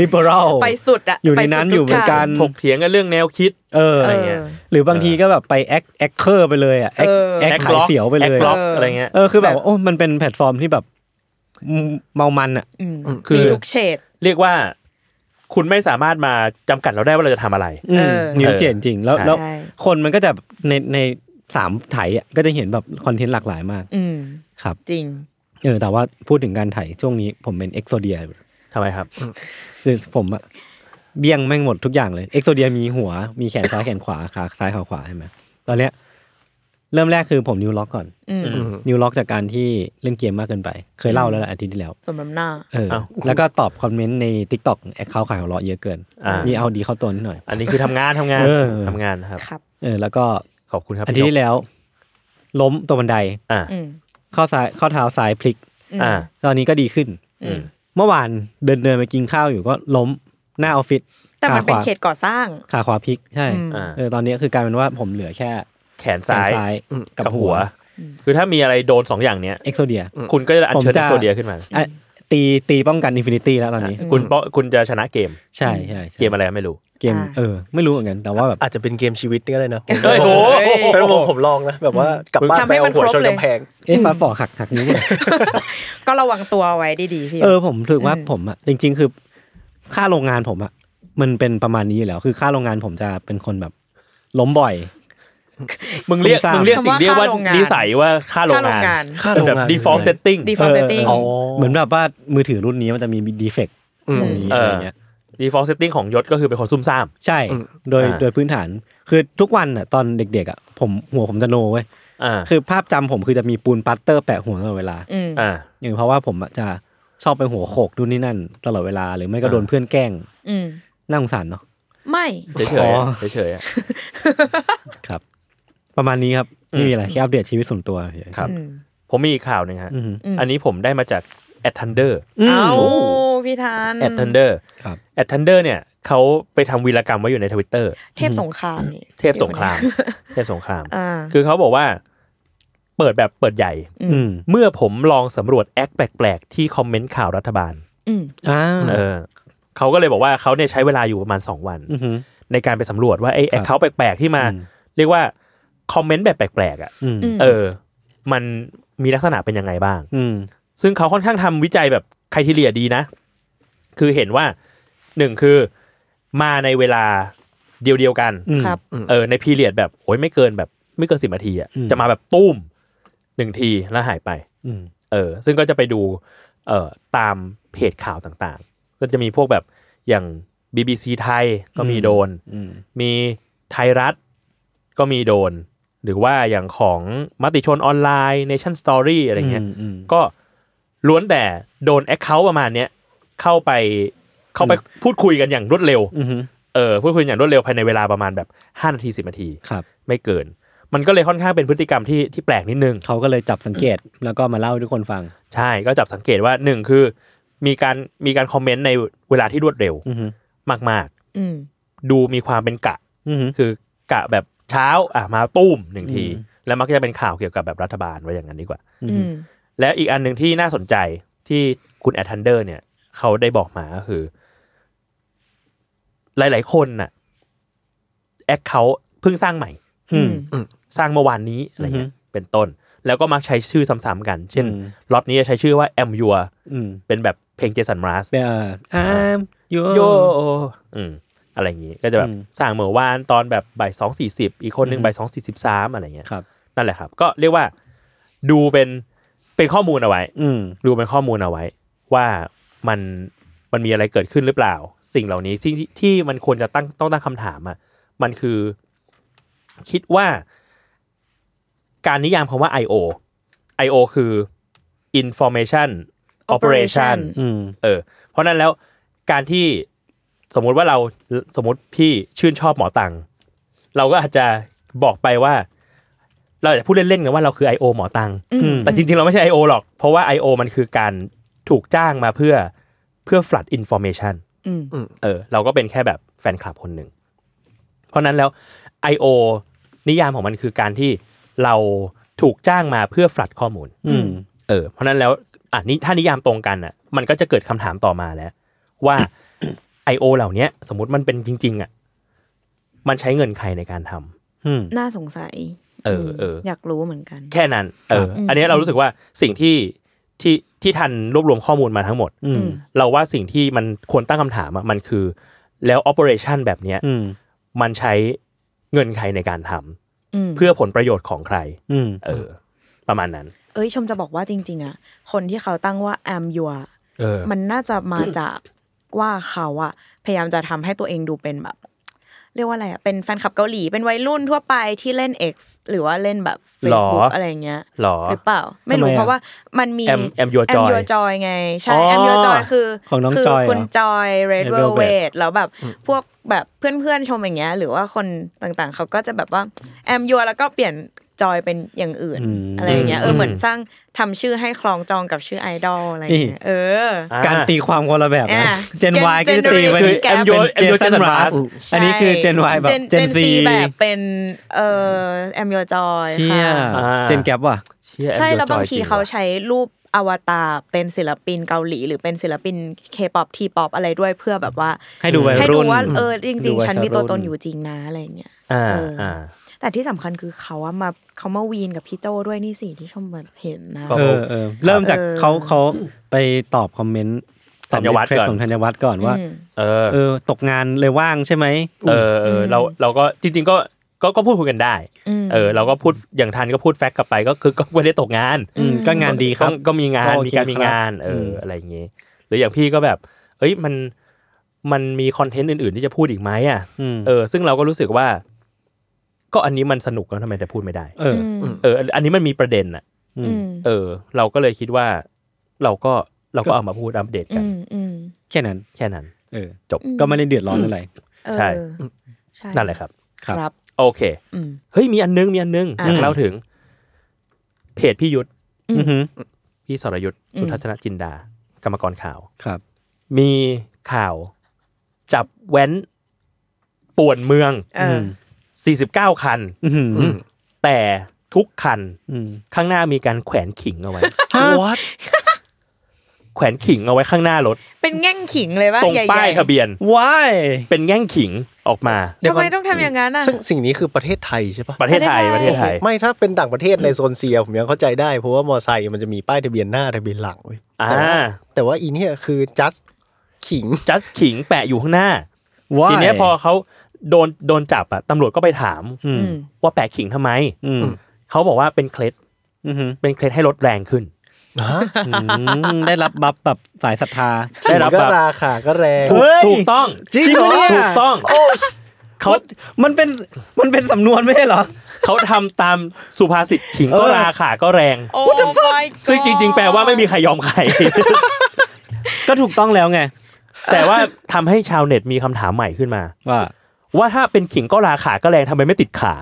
[SPEAKER 2] liberal
[SPEAKER 4] ไปสุดอะ
[SPEAKER 2] อยู่ใน
[SPEAKER 4] ไปสุด
[SPEAKER 2] นั้น
[SPEAKER 4] ทุก
[SPEAKER 2] อยู่เหมือน
[SPEAKER 4] ทาง
[SPEAKER 2] กัน
[SPEAKER 3] ถกเถียงกันเรื่องแนวคิด
[SPEAKER 2] เออ
[SPEAKER 3] อะไรเงี้ย
[SPEAKER 4] เออ
[SPEAKER 2] หรือบางทีก็แบบไปแอคแอคเคอร์ไปเลยอ่ะแอค
[SPEAKER 4] เออ
[SPEAKER 2] แอคขายเสียวไปเลย
[SPEAKER 3] แอคล็อกอะไรเงี้ย
[SPEAKER 2] เออคือแบบว่าโอ้มันเป็นแพลตฟอร์มที่แบบอืมเมามันอ่ะ
[SPEAKER 4] อืม
[SPEAKER 3] คือ
[SPEAKER 4] มีทุกเฉด
[SPEAKER 3] เรียกว่า คุณไม่สามารถมาจำกัดเราได้ว่าเราจะทำอะไร
[SPEAKER 2] อืม
[SPEAKER 4] เออ
[SPEAKER 2] มีลูกเขียนจริงแล้ว
[SPEAKER 3] ใช่
[SPEAKER 2] แล้ว
[SPEAKER 4] ใช่
[SPEAKER 2] คนมันก็จะในในสามไถอ่ะก็จะเห็นแบบคอนเทนต์หลากหลายมาก
[SPEAKER 4] อืม
[SPEAKER 2] ครับ
[SPEAKER 4] จริง
[SPEAKER 2] เออแต่ว่าพูดถึงการไถช่วงนี้ผมเป็นเอ็กโซเดีย
[SPEAKER 3] ทำไมครับ
[SPEAKER 2] คือผมอะเบี่ยงแม่งหมดทุกอย่างเลยเอ็กโซเดียมีหัวมีแขนซ้ายแขนขวาขาซ้ายขาขวาใช่ไหมตอนเนี้ยเริ่มแรกคือผมนิวล็อกก่อน
[SPEAKER 4] อืม
[SPEAKER 2] นิวล็อกจากการที่เล่นเกมมากเกินไป เคยเล่าแล้วแหละอาทิตย์ที่แล้ว
[SPEAKER 4] สมน้ำหน้า
[SPEAKER 2] เออ
[SPEAKER 3] อ้าว
[SPEAKER 2] แล้วก็ตอบคอมเมนต์ใน t ิ k t o k แอคเคาท์ขายหัวเราะเยอะเกิน
[SPEAKER 3] อ่านี่
[SPEAKER 2] นี่เอาดีเข้าตัวนิดหน่อย
[SPEAKER 3] อันนี้คือทำงานทำงาน
[SPEAKER 2] เออ
[SPEAKER 3] ทำงานนะครับ
[SPEAKER 4] ครับ
[SPEAKER 2] เออแล้วก็
[SPEAKER 3] ขอบคุณครับ
[SPEAKER 2] อาทิตย์ที่
[SPEAKER 3] นก
[SPEAKER 2] แล้ว ล้มตัวบันได
[SPEAKER 3] อ่า
[SPEAKER 4] อืม
[SPEAKER 2] ข้อซ้ายข้อเท้าซ้ายพลิก
[SPEAKER 3] อ่า
[SPEAKER 2] ตอนนี้ก็ดีขึ้น
[SPEAKER 3] อืม
[SPEAKER 2] เมื่อวานเดินเดินไปกินข้าวอยู่ก็ล้มหน้าออฟฟิศ
[SPEAKER 4] แต่มันเป็น
[SPEAKER 2] ขาขวา
[SPEAKER 4] เขตก่อสร้าง
[SPEAKER 2] ขาขวาพลิกใช่
[SPEAKER 4] อืม
[SPEAKER 3] อ่า
[SPEAKER 2] เออตอนนี้คือกลายเป็นว่าผมเหลือแค่
[SPEAKER 3] แขน
[SPEAKER 2] แขน
[SPEAKER 3] ซ้าย
[SPEAKER 2] ซ้ายกับหัว
[SPEAKER 3] คือถ้ามีอะไรโดนสองอย่างเนี้ย
[SPEAKER 2] เอ็กโซเดีย
[SPEAKER 3] คุณก็จะอัญเชิญ
[SPEAKER 2] ผมจะ
[SPEAKER 3] เอ็กโซเดียขึ้นมา
[SPEAKER 2] อ่ะตีตีป้องกันอินฟินิตี้แล้วตอนนี้
[SPEAKER 3] อ่ะคุณเปาะคุณจะชนะเกม
[SPEAKER 2] ใช่ใช่ใช่
[SPEAKER 3] เกมอะไรก็ไม่รู้
[SPEAKER 2] เกมเออ ไม่รู้เหมือนกันแต่ว่าแบบ
[SPEAKER 5] อาจจะเป็นเกมชีวิตนี่ก็ได้นะ
[SPEAKER 3] เฮ้ยโอ้โห
[SPEAKER 5] เป็นผมผมลองนะแบบว่ากลับบ้าน
[SPEAKER 4] ทำ
[SPEAKER 5] ไป
[SPEAKER 4] ให้มั
[SPEAKER 5] เอา
[SPEAKER 4] น
[SPEAKER 5] หัว
[SPEAKER 4] ครบ
[SPEAKER 5] ชน
[SPEAKER 4] เลย
[SPEAKER 5] กำแพง
[SPEAKER 2] เอ๊ะฟ้าฝ่อหักหักนิ้วหน่อย
[SPEAKER 4] ก็ระวังตัวไว้ดีๆพี่
[SPEAKER 2] เออผมถือว่าผมอะจริง ๆ คือ ค่าโรงงานผมอะมันเป็นประมาณนี้อยู่แล้ว คือค่าโรงงานผมจะเป็นคนแบบ ล้มบ่อย
[SPEAKER 3] มึงเรียก
[SPEAKER 2] ซุ่มซ่าม
[SPEAKER 3] มึงเรียกสิ่งเรียกว่า
[SPEAKER 4] คำว่าค่าโรงงาน
[SPEAKER 3] นิสัยว่าค่าโรง
[SPEAKER 4] ค่าโรง
[SPEAKER 3] งาง
[SPEAKER 4] าน น
[SPEAKER 5] ค่าโรงงาน
[SPEAKER 3] แบบ default setting
[SPEAKER 4] default
[SPEAKER 2] เออ
[SPEAKER 4] setting
[SPEAKER 5] อ๋อ
[SPEAKER 2] เหมือนแบบว่ามือถือรุ่นนี้มันจะมีดีเฟกต์
[SPEAKER 5] อืม
[SPEAKER 2] ตรงนี้
[SPEAKER 3] เอ
[SPEAKER 2] อะไร
[SPEAKER 3] อ
[SPEAKER 2] เงี้ย
[SPEAKER 3] default setting ของยศก็คือเป็นคนซุ่มซ่าม
[SPEAKER 2] ใช่
[SPEAKER 5] อืม
[SPEAKER 2] โดย
[SPEAKER 3] อ่า
[SPEAKER 2] โดยพื้นฐาน คือทุกวันอะตอนเด็กๆอะผมหัวผมจะโนเว้ย
[SPEAKER 3] อ่า
[SPEAKER 2] คือภาพจำผมคือจะมีปูนปัตเตอร์แปะหัวตลอดเวลา
[SPEAKER 4] อืม
[SPEAKER 3] อ่า
[SPEAKER 2] อย่างเพราะว่าผมอะจะชอบไปหัวโขกดูนนี่นั่น ตลอดเวลาหรือไม่ก็โดน
[SPEAKER 3] อ่า
[SPEAKER 2] เพื่อนแกล้ง
[SPEAKER 4] อืม
[SPEAKER 2] น่าสงสารเนาะ
[SPEAKER 4] ไม่
[SPEAKER 3] เฉย
[SPEAKER 2] อ๋อ
[SPEAKER 3] ๆเฉยๆอ่ะ
[SPEAKER 2] ครับ ประมาณนี้ครับไม่มีอะไรแค่อัปเดตชีวิตส่วนตัวเฉย
[SPEAKER 3] ครับ
[SPEAKER 4] อืม
[SPEAKER 3] ผมมีอีกข่าวหนึ่งฮะ
[SPEAKER 2] อือหืออื
[SPEAKER 4] ม
[SPEAKER 3] อันนี้ผมได้มาจาก a t t u n d e r
[SPEAKER 2] อืม
[SPEAKER 4] เอาพี่ทัน
[SPEAKER 3] a t t u n d e r
[SPEAKER 2] ครับ
[SPEAKER 3] a t t u n d e r เนี่ยเขาไปทำวีรกรรมไว้อยู่ในทวิตเตอร์
[SPEAKER 4] เทพสงครามนี่
[SPEAKER 3] เทพสงคราม เทพสงคราม
[SPEAKER 4] อ่า
[SPEAKER 3] คือเขาบอกว่า เปิดแบบเปิดใหญ่
[SPEAKER 2] อืม
[SPEAKER 3] เมื่อผมลองสำรวจแอคแปลกๆ ที่คอมเมนต์ข่าวรัฐบาล
[SPEAKER 4] อืม
[SPEAKER 2] อ่า
[SPEAKER 3] เออเขาก็เลยบอกว่าเขาเนี่ยใช้เวลาอยู่ประมาณ 2 วัน
[SPEAKER 2] อือหือ
[SPEAKER 3] ในการไปสำรวจว่าไอ้แอคเคาท์แปลกๆ ที่มา
[SPEAKER 2] อืม
[SPEAKER 3] เรียกว่า คอมเมนต์แบบแปลกๆอ่ะ
[SPEAKER 2] อืม
[SPEAKER 4] อืม
[SPEAKER 3] เออ มันมีลักษณะเป็นยังไงบ้าง
[SPEAKER 2] อืม
[SPEAKER 3] ซึ่งเขาค่อนข้างทำวิจัยแบบใครทีเรียดีนะ คือเห็นว่าหนึ่งคือมาในเวลาเดียวเดียวๆกัน
[SPEAKER 2] อืม
[SPEAKER 4] ครับ
[SPEAKER 3] เออในพีเรียดแบบโอ้ยไม่เกินแบบไม่เกินสิบนาทีอ่ะ
[SPEAKER 2] อืม
[SPEAKER 3] จะมาแบบตุ้มหนึ่งทีแล้วหายไป
[SPEAKER 2] อืม
[SPEAKER 3] เออซึ่งก็จะไปดูเอ่อตามเพจข่าวต่างๆ ก็จะมีพวกแบบอย่าง BBC ไทยก็มี
[SPEAKER 2] อืม
[SPEAKER 3] โดน
[SPEAKER 2] อืม
[SPEAKER 3] มีไทยรัฐก็มีโดน หรือว่าอย่างของมติชนออนไลน์ Nation Story อะไรเงี้ย
[SPEAKER 2] อืมอืม
[SPEAKER 3] ก็ล้วนแต่โดนแอคเคาท์ประมาณเนี้ยเข้าไปเข้าไปพูดคุยกันอย่างรวดเร็ว
[SPEAKER 2] อืม
[SPEAKER 3] เออพูดคุยอย่างรวดเร็วภายในเวลาประมาณแบบ 5 นาที 10 นาที
[SPEAKER 2] ครับ
[SPEAKER 3] ไม่เกิน มันก็เลยค่อนข้างเป็นพฤติกรรมที่ที่แปลกนิดนึง
[SPEAKER 2] เขาก็เลยจับสังเกตแล้วก็มาเล่าให้ทุกคนฟัง
[SPEAKER 3] ใช่ก็จับสังเกตว่าหนึ่งคือมีการมีการคอมเมนต์ในเวลาที่รวดเร็ว
[SPEAKER 2] อืม
[SPEAKER 3] มาก
[SPEAKER 4] อืม
[SPEAKER 3] ๆ ดูมีความเป็นกะ
[SPEAKER 2] อืม
[SPEAKER 3] คือกะแบบเช้าอ่ะมาตุ้มหนึ่งที
[SPEAKER 2] อืม
[SPEAKER 3] แล้วมักจะเป็นข่าวเกี่ยวกับแบบรัฐบาลไว้อย่างนั้นดีกว่า
[SPEAKER 4] อืม
[SPEAKER 3] แล้วอีกอันหนึ่งที่น่าสนใจที่คุณแอดทันเดอร์เนี่ยเขาได้บอกมาก็คือ หลายๆคนน่ะแอคเขาเพิ่งสร้างใหม่
[SPEAKER 2] อืม
[SPEAKER 3] สร้างเมื่อวานนี้อะไรเงี้ยเป็นต้น แล้วก็มักใช้ชื่อซ้ำๆกัน เช่น
[SPEAKER 2] อืม
[SPEAKER 3] ล็อตนี้จะใช้ชื่อว่าแอมยัว
[SPEAKER 2] อืม
[SPEAKER 3] เป็นแบบเพลงเจสันมราส
[SPEAKER 2] เอ่ออามโย
[SPEAKER 3] โยอืมอะไรอย่างงี้ก็จะแบ
[SPEAKER 2] อื
[SPEAKER 3] บ
[SPEAKER 2] ม
[SPEAKER 3] สร้างเมื่อวานตอนแบบบ่ายสองสี่สิบอีกคนหนึ่
[SPEAKER 2] อื
[SPEAKER 3] ง
[SPEAKER 2] ม
[SPEAKER 3] บ่ายสองสี่สิบสามอะไรเงี้ย
[SPEAKER 2] ครับ
[SPEAKER 3] นั่นแหละครับ ก็เรียกว่าดูเป็นเป็นข้อมูลเอาไว้
[SPEAKER 2] อืม
[SPEAKER 3] ดูเป็นข้อมูลเอาไว้ ว่ามันมันมีอะไรเกิดขึ้นหรือเปล่า สิ่งเหล่านี้ที่ที่ที่มันควรจะตั้งต้องตั้งคำถามอ่ะมันคือ คิดว่า การนิยามคำว่า I.O. I.O. คือ Information Operation
[SPEAKER 4] Operation
[SPEAKER 2] อืม
[SPEAKER 3] เออเพราะนั้นแล้วการที่สมมุติว่าเราสมมติพี่ชื่นชอบหมอตัง เราก็อาจจะบอกไปว่า เราอาจจะพูดเล่นๆกันว่าเราคือ I.O. หมอตัง
[SPEAKER 4] อืม
[SPEAKER 3] แต่จริงๆ เราไม่ใช่ I.O. หรอก เพราะว่า I.O. มันคือการถูกจ้างมาเพื่อเพื่อ flood information
[SPEAKER 4] อืม
[SPEAKER 3] เออเราก็เป็นแค่แบบแฟนคลับคนหนึ่ง เพราะนั้นแล้ว I.O. นิยามของมันคือการที่เราถูกจ้างมาเพื่อฟลัดข้อมูล
[SPEAKER 2] อืม
[SPEAKER 3] เออเพราะฉะนั้นแล้วอ่ะนี่ถ้านิยามตรงกันอ่ะ มันก็จะเกิดคำถามต่อมาแล้ว ว่า I.O. เหล่าเนี้ย สมมติมันเป็นจริง ๆ อ่ะ มันใช้เงินใครในการทำ
[SPEAKER 2] อืม
[SPEAKER 4] น่าสงสัย
[SPEAKER 3] เออเออ
[SPEAKER 4] อยากรู้เหมือนกัน
[SPEAKER 3] แค่นั้น เออ อันนี้เรารู้สึกว่าสิ่งที่ที่ที่ทันรวบรวมข้อมูลมาทั้งหมด
[SPEAKER 2] อืม
[SPEAKER 3] เราว่าสิ่งที่มันควรตั้งคำถามอะมันคือ แล้ว operation แบบเนี้ย
[SPEAKER 2] อืม
[SPEAKER 3] มันใช้เงินใครในการทำ
[SPEAKER 4] อืม
[SPEAKER 3] เพื่อผลประโยชน์ของใคร
[SPEAKER 2] อืม
[SPEAKER 3] เออ ประมาณนั้น
[SPEAKER 4] เอ้ยชมจะบอกว่าจริง ๆ อ่ะ คนที่เขาตั้งว่า am your
[SPEAKER 3] เออ
[SPEAKER 4] มันน่าจะมาจากว่าเขาอะพยายามจะทำให้ตัวเองดูเป็นแบบ เรียกว่าอะไรอะเป็นแฟนคลับเกาหลีเป็นวัยรุ่นทั่วไปที่เล่น X หรือว่าเล่นแบบ
[SPEAKER 3] หร
[SPEAKER 4] Facebook
[SPEAKER 3] ออ
[SPEAKER 4] อะไรเงี้ย
[SPEAKER 3] หรอ
[SPEAKER 4] หรือเปล่า ไม่
[SPEAKER 2] ทำ
[SPEAKER 4] รู้
[SPEAKER 2] ไมอะ
[SPEAKER 4] เพราะว่ามันมี
[SPEAKER 3] Am- Am Your Joy
[SPEAKER 4] แอมยจอยไง ใช่
[SPEAKER 3] อ๋อ
[SPEAKER 4] แอมยจอยคือ
[SPEAKER 2] ของน้อง
[SPEAKER 4] คื
[SPEAKER 2] จอยเหรอ
[SPEAKER 4] คุณจอยเรด
[SPEAKER 2] Red
[SPEAKER 4] เวลเว
[SPEAKER 2] Velvet
[SPEAKER 4] ทแล้วแบบพวกแบบเพื่อนๆชมอย่างเงี้ย หรือว่าคนต่างๆ เขาก็จะแบบว่าแอมยแล้วก็เปลี่ยนจอยเป็นอย่างอื่น
[SPEAKER 2] อืม
[SPEAKER 4] อะไรอย่างเงี้ยเอออ
[SPEAKER 3] ม
[SPEAKER 4] เหมือนสร้างทำชื่อให้คล้องจองกับชื่อไอดอลอะไรอย่างเงี้ย
[SPEAKER 2] นี่
[SPEAKER 4] เออ
[SPEAKER 3] อ่า
[SPEAKER 2] การตีความคนละแบบนะ
[SPEAKER 4] อ่า
[SPEAKER 2] Gen
[SPEAKER 4] Gen-
[SPEAKER 2] Y ก็จะตีเป็น
[SPEAKER 4] คือ
[SPEAKER 2] เป็น
[SPEAKER 3] Amyo- Amyo
[SPEAKER 2] Jason
[SPEAKER 3] Jason
[SPEAKER 2] Mraz
[SPEAKER 3] Mraz
[SPEAKER 2] อันนี้คือ Gen Y แบบ
[SPEAKER 4] Gen-
[SPEAKER 2] Gen
[SPEAKER 4] Gen
[SPEAKER 2] Z
[SPEAKER 4] Z แบบเป็นเอ่อแอมยจอย
[SPEAKER 2] เชี่ย
[SPEAKER 4] ค่ะ
[SPEAKER 3] อ่า
[SPEAKER 2] Gen Gap ว่ะ
[SPEAKER 3] เชี่ย Am
[SPEAKER 4] ใช่
[SPEAKER 3] Your
[SPEAKER 4] แล้วบาง
[SPEAKER 3] Joy
[SPEAKER 4] ที
[SPEAKER 3] จริ
[SPEAKER 4] เขา
[SPEAKER 3] ว่ะ
[SPEAKER 4] ใช้รูปอวตารเป็นศิลปินเกาหลี หรือเป็นศิลปินเคป๊อปทีป๊อปอะไรด้วยเพื่อแบบว่า
[SPEAKER 2] ให้ดูวัยรุ่น
[SPEAKER 4] ให้ดูว่าเออจ
[SPEAKER 2] ดู
[SPEAKER 4] ริง
[SPEAKER 2] วัย
[SPEAKER 4] ๆ ฉันมีตัวตน
[SPEAKER 2] รุ่น
[SPEAKER 4] อยู่จริงนะอะไรอย่างเงี้ย
[SPEAKER 3] อ่า
[SPEAKER 4] เอออ
[SPEAKER 3] อ่า
[SPEAKER 4] แต่ที่สำคัญคือเขาอะมาเขามาวีนกับพี่โจด้วยนี่สิที่ชมแบบเห็นนะ
[SPEAKER 3] ก็
[SPEAKER 2] เออเออเริ่มจาก
[SPEAKER 4] เออ
[SPEAKER 2] เขาเขาไปตอบคอมเมนต์ตอบ
[SPEAKER 3] ธัญวัฒน์
[SPEAKER 2] ในเฟซ
[SPEAKER 3] ก่อน
[SPEAKER 2] ของธัญวัฒน์ก่อนว่า
[SPEAKER 4] อืม
[SPEAKER 3] เออ
[SPEAKER 2] เออ ตกงานเลยว่างใช่ไหม
[SPEAKER 3] เออเออเราเราก็จริง ๆ ก็ก็ก็พูดคุยกันได้
[SPEAKER 4] อืม
[SPEAKER 3] เออ เราก็พูดอย่างทันก็พูดแฟกต์กลับไปก็คือก็ไม่ได้ตกงาน
[SPEAKER 2] อืมก็งานดีครับ
[SPEAKER 3] ก็ก็มีงา
[SPEAKER 2] ก็
[SPEAKER 3] น
[SPEAKER 2] โอเค
[SPEAKER 3] มีการมี
[SPEAKER 2] ครับ
[SPEAKER 3] งานเออ
[SPEAKER 2] ม
[SPEAKER 3] ออะไรอย่างงี้หรืออย่างพี่ก็แบบ เอ้ยมันมันมีคอนเทนต์อื่น ๆ ที่จะพูดอีกไหมอ่ะ
[SPEAKER 2] อืม
[SPEAKER 3] เออ ซึ่งเราก็รู้สึกว่า ก็อันนี้มันสนุกแล้วทำไมแต่พูดไม่ได้
[SPEAKER 2] เออ
[SPEAKER 3] เออ อันนี้มันมีประเด็นอ่ะ
[SPEAKER 2] อื
[SPEAKER 4] อื
[SPEAKER 2] ม
[SPEAKER 4] ม
[SPEAKER 3] เออ เราก็เลยคิดว่า เราก็เราก็เอามาพูดอัปเดต
[SPEAKER 4] อื
[SPEAKER 3] กัน
[SPEAKER 4] มอืม
[SPEAKER 2] แค่นั้น
[SPEAKER 3] แค่นั้น
[SPEAKER 2] เออ
[SPEAKER 3] จบ
[SPEAKER 2] ก็ไม่ได้เดือดร้อนอะไร
[SPEAKER 4] เออ
[SPEAKER 3] ใช่
[SPEAKER 4] ใช่
[SPEAKER 3] นั่นแหละครับ
[SPEAKER 2] ครับ
[SPEAKER 4] ครับ
[SPEAKER 3] โอเค
[SPEAKER 4] อืม
[SPEAKER 3] เฮ้ยมีอันนึงมีอันนึง
[SPEAKER 4] อ่ะ
[SPEAKER 3] อยากเล่าถึง เพจพี่ยุทธ
[SPEAKER 2] อือฮึ
[SPEAKER 3] พี่สรยุทธสุทัศนจินดา กรรมกรข่าว
[SPEAKER 2] ครับ
[SPEAKER 3] มีข่าวจับแว้นป่วนเมือง
[SPEAKER 4] เอออ
[SPEAKER 3] 49 คัน
[SPEAKER 2] อือหือ
[SPEAKER 3] แต่ทุกคัน
[SPEAKER 2] อืม
[SPEAKER 3] ข้างหน้ามีการแขวนขิงเอาไว้
[SPEAKER 5] วัด
[SPEAKER 3] แขวนขิงเอาไว้ข้างหน้ารถ
[SPEAKER 4] เป็นแง่งขิงเลยว่า
[SPEAKER 3] ตรง
[SPEAKER 4] ใหญ่ๆ
[SPEAKER 3] ป้ายทะเบียน
[SPEAKER 2] ว้าย
[SPEAKER 3] เป็นแง่งขิงออกมา
[SPEAKER 4] ทำไมต้องทำอย่างนั้นอ่ะ
[SPEAKER 5] ซึ่งสิ่งนี้คือประเทศไทยใช่ปะ
[SPEAKER 3] ประเทศไทย ป
[SPEAKER 4] ประ ระ
[SPEAKER 3] เท
[SPEAKER 4] เท
[SPEAKER 3] ศ
[SPEAKER 4] ศ
[SPEAKER 3] ไท
[SPEAKER 4] ไท
[SPEAKER 3] ย
[SPEAKER 4] ย
[SPEAKER 5] ไม่ถ้าเป็นต่างประเทศในโซนเซียผมยังเข้าใจได้ เพราะว่ามอไซค์มันจะมีป้ายทะเบียนหน้าทะเบียนหลังเว้ย
[SPEAKER 3] อ่า
[SPEAKER 5] แต่ว่าแต่ว่าอีเนี่ยคือ just ขิง
[SPEAKER 3] จัสขิงแปะอยู่ข้างหน้า
[SPEAKER 2] ว้าย
[SPEAKER 3] ทีเนี้ยพอเขาโดนโดนจับอะตำรวจก็ไปถาม
[SPEAKER 2] อืม
[SPEAKER 4] อืม
[SPEAKER 3] ว่าแปะขิงทำไม
[SPEAKER 2] อืม
[SPEAKER 3] เขาบอกว่าเป็นเคล็ด
[SPEAKER 2] อือหือ
[SPEAKER 3] เป็นเคล็ดให้รถแรงขึ้น
[SPEAKER 5] ฮะ
[SPEAKER 2] อืมได้รับบัฟแบบสายศรัทธา
[SPEAKER 3] ได้รับ
[SPEAKER 5] ก็
[SPEAKER 3] แบบ
[SPEAKER 5] ราคาก็แรง
[SPEAKER 2] เฮ้ย
[SPEAKER 3] ถูกต้อง
[SPEAKER 5] จริงเหรอ
[SPEAKER 3] ถูกต้องเขา
[SPEAKER 2] มันเป็นมันเป็นสำนวนไม่ใช่เหรอ
[SPEAKER 3] เขาทำตามสุภาษิตขิงก็
[SPEAKER 2] เออ
[SPEAKER 3] ราขาก็แรง
[SPEAKER 4] โอ้ย
[SPEAKER 3] ซึ่งจริง ๆ แปลว่าไม่มีใครยอมใคร
[SPEAKER 2] ก็ถูกต้องแล้วไง
[SPEAKER 3] แต่ว่าทำให้ชาวเน็ตมีคำถามใหม่ขึ้นมา
[SPEAKER 2] ว่า
[SPEAKER 3] ว่าถ้าเป็นขิงก็ราขาก็แรงทำไมไม่ติดขา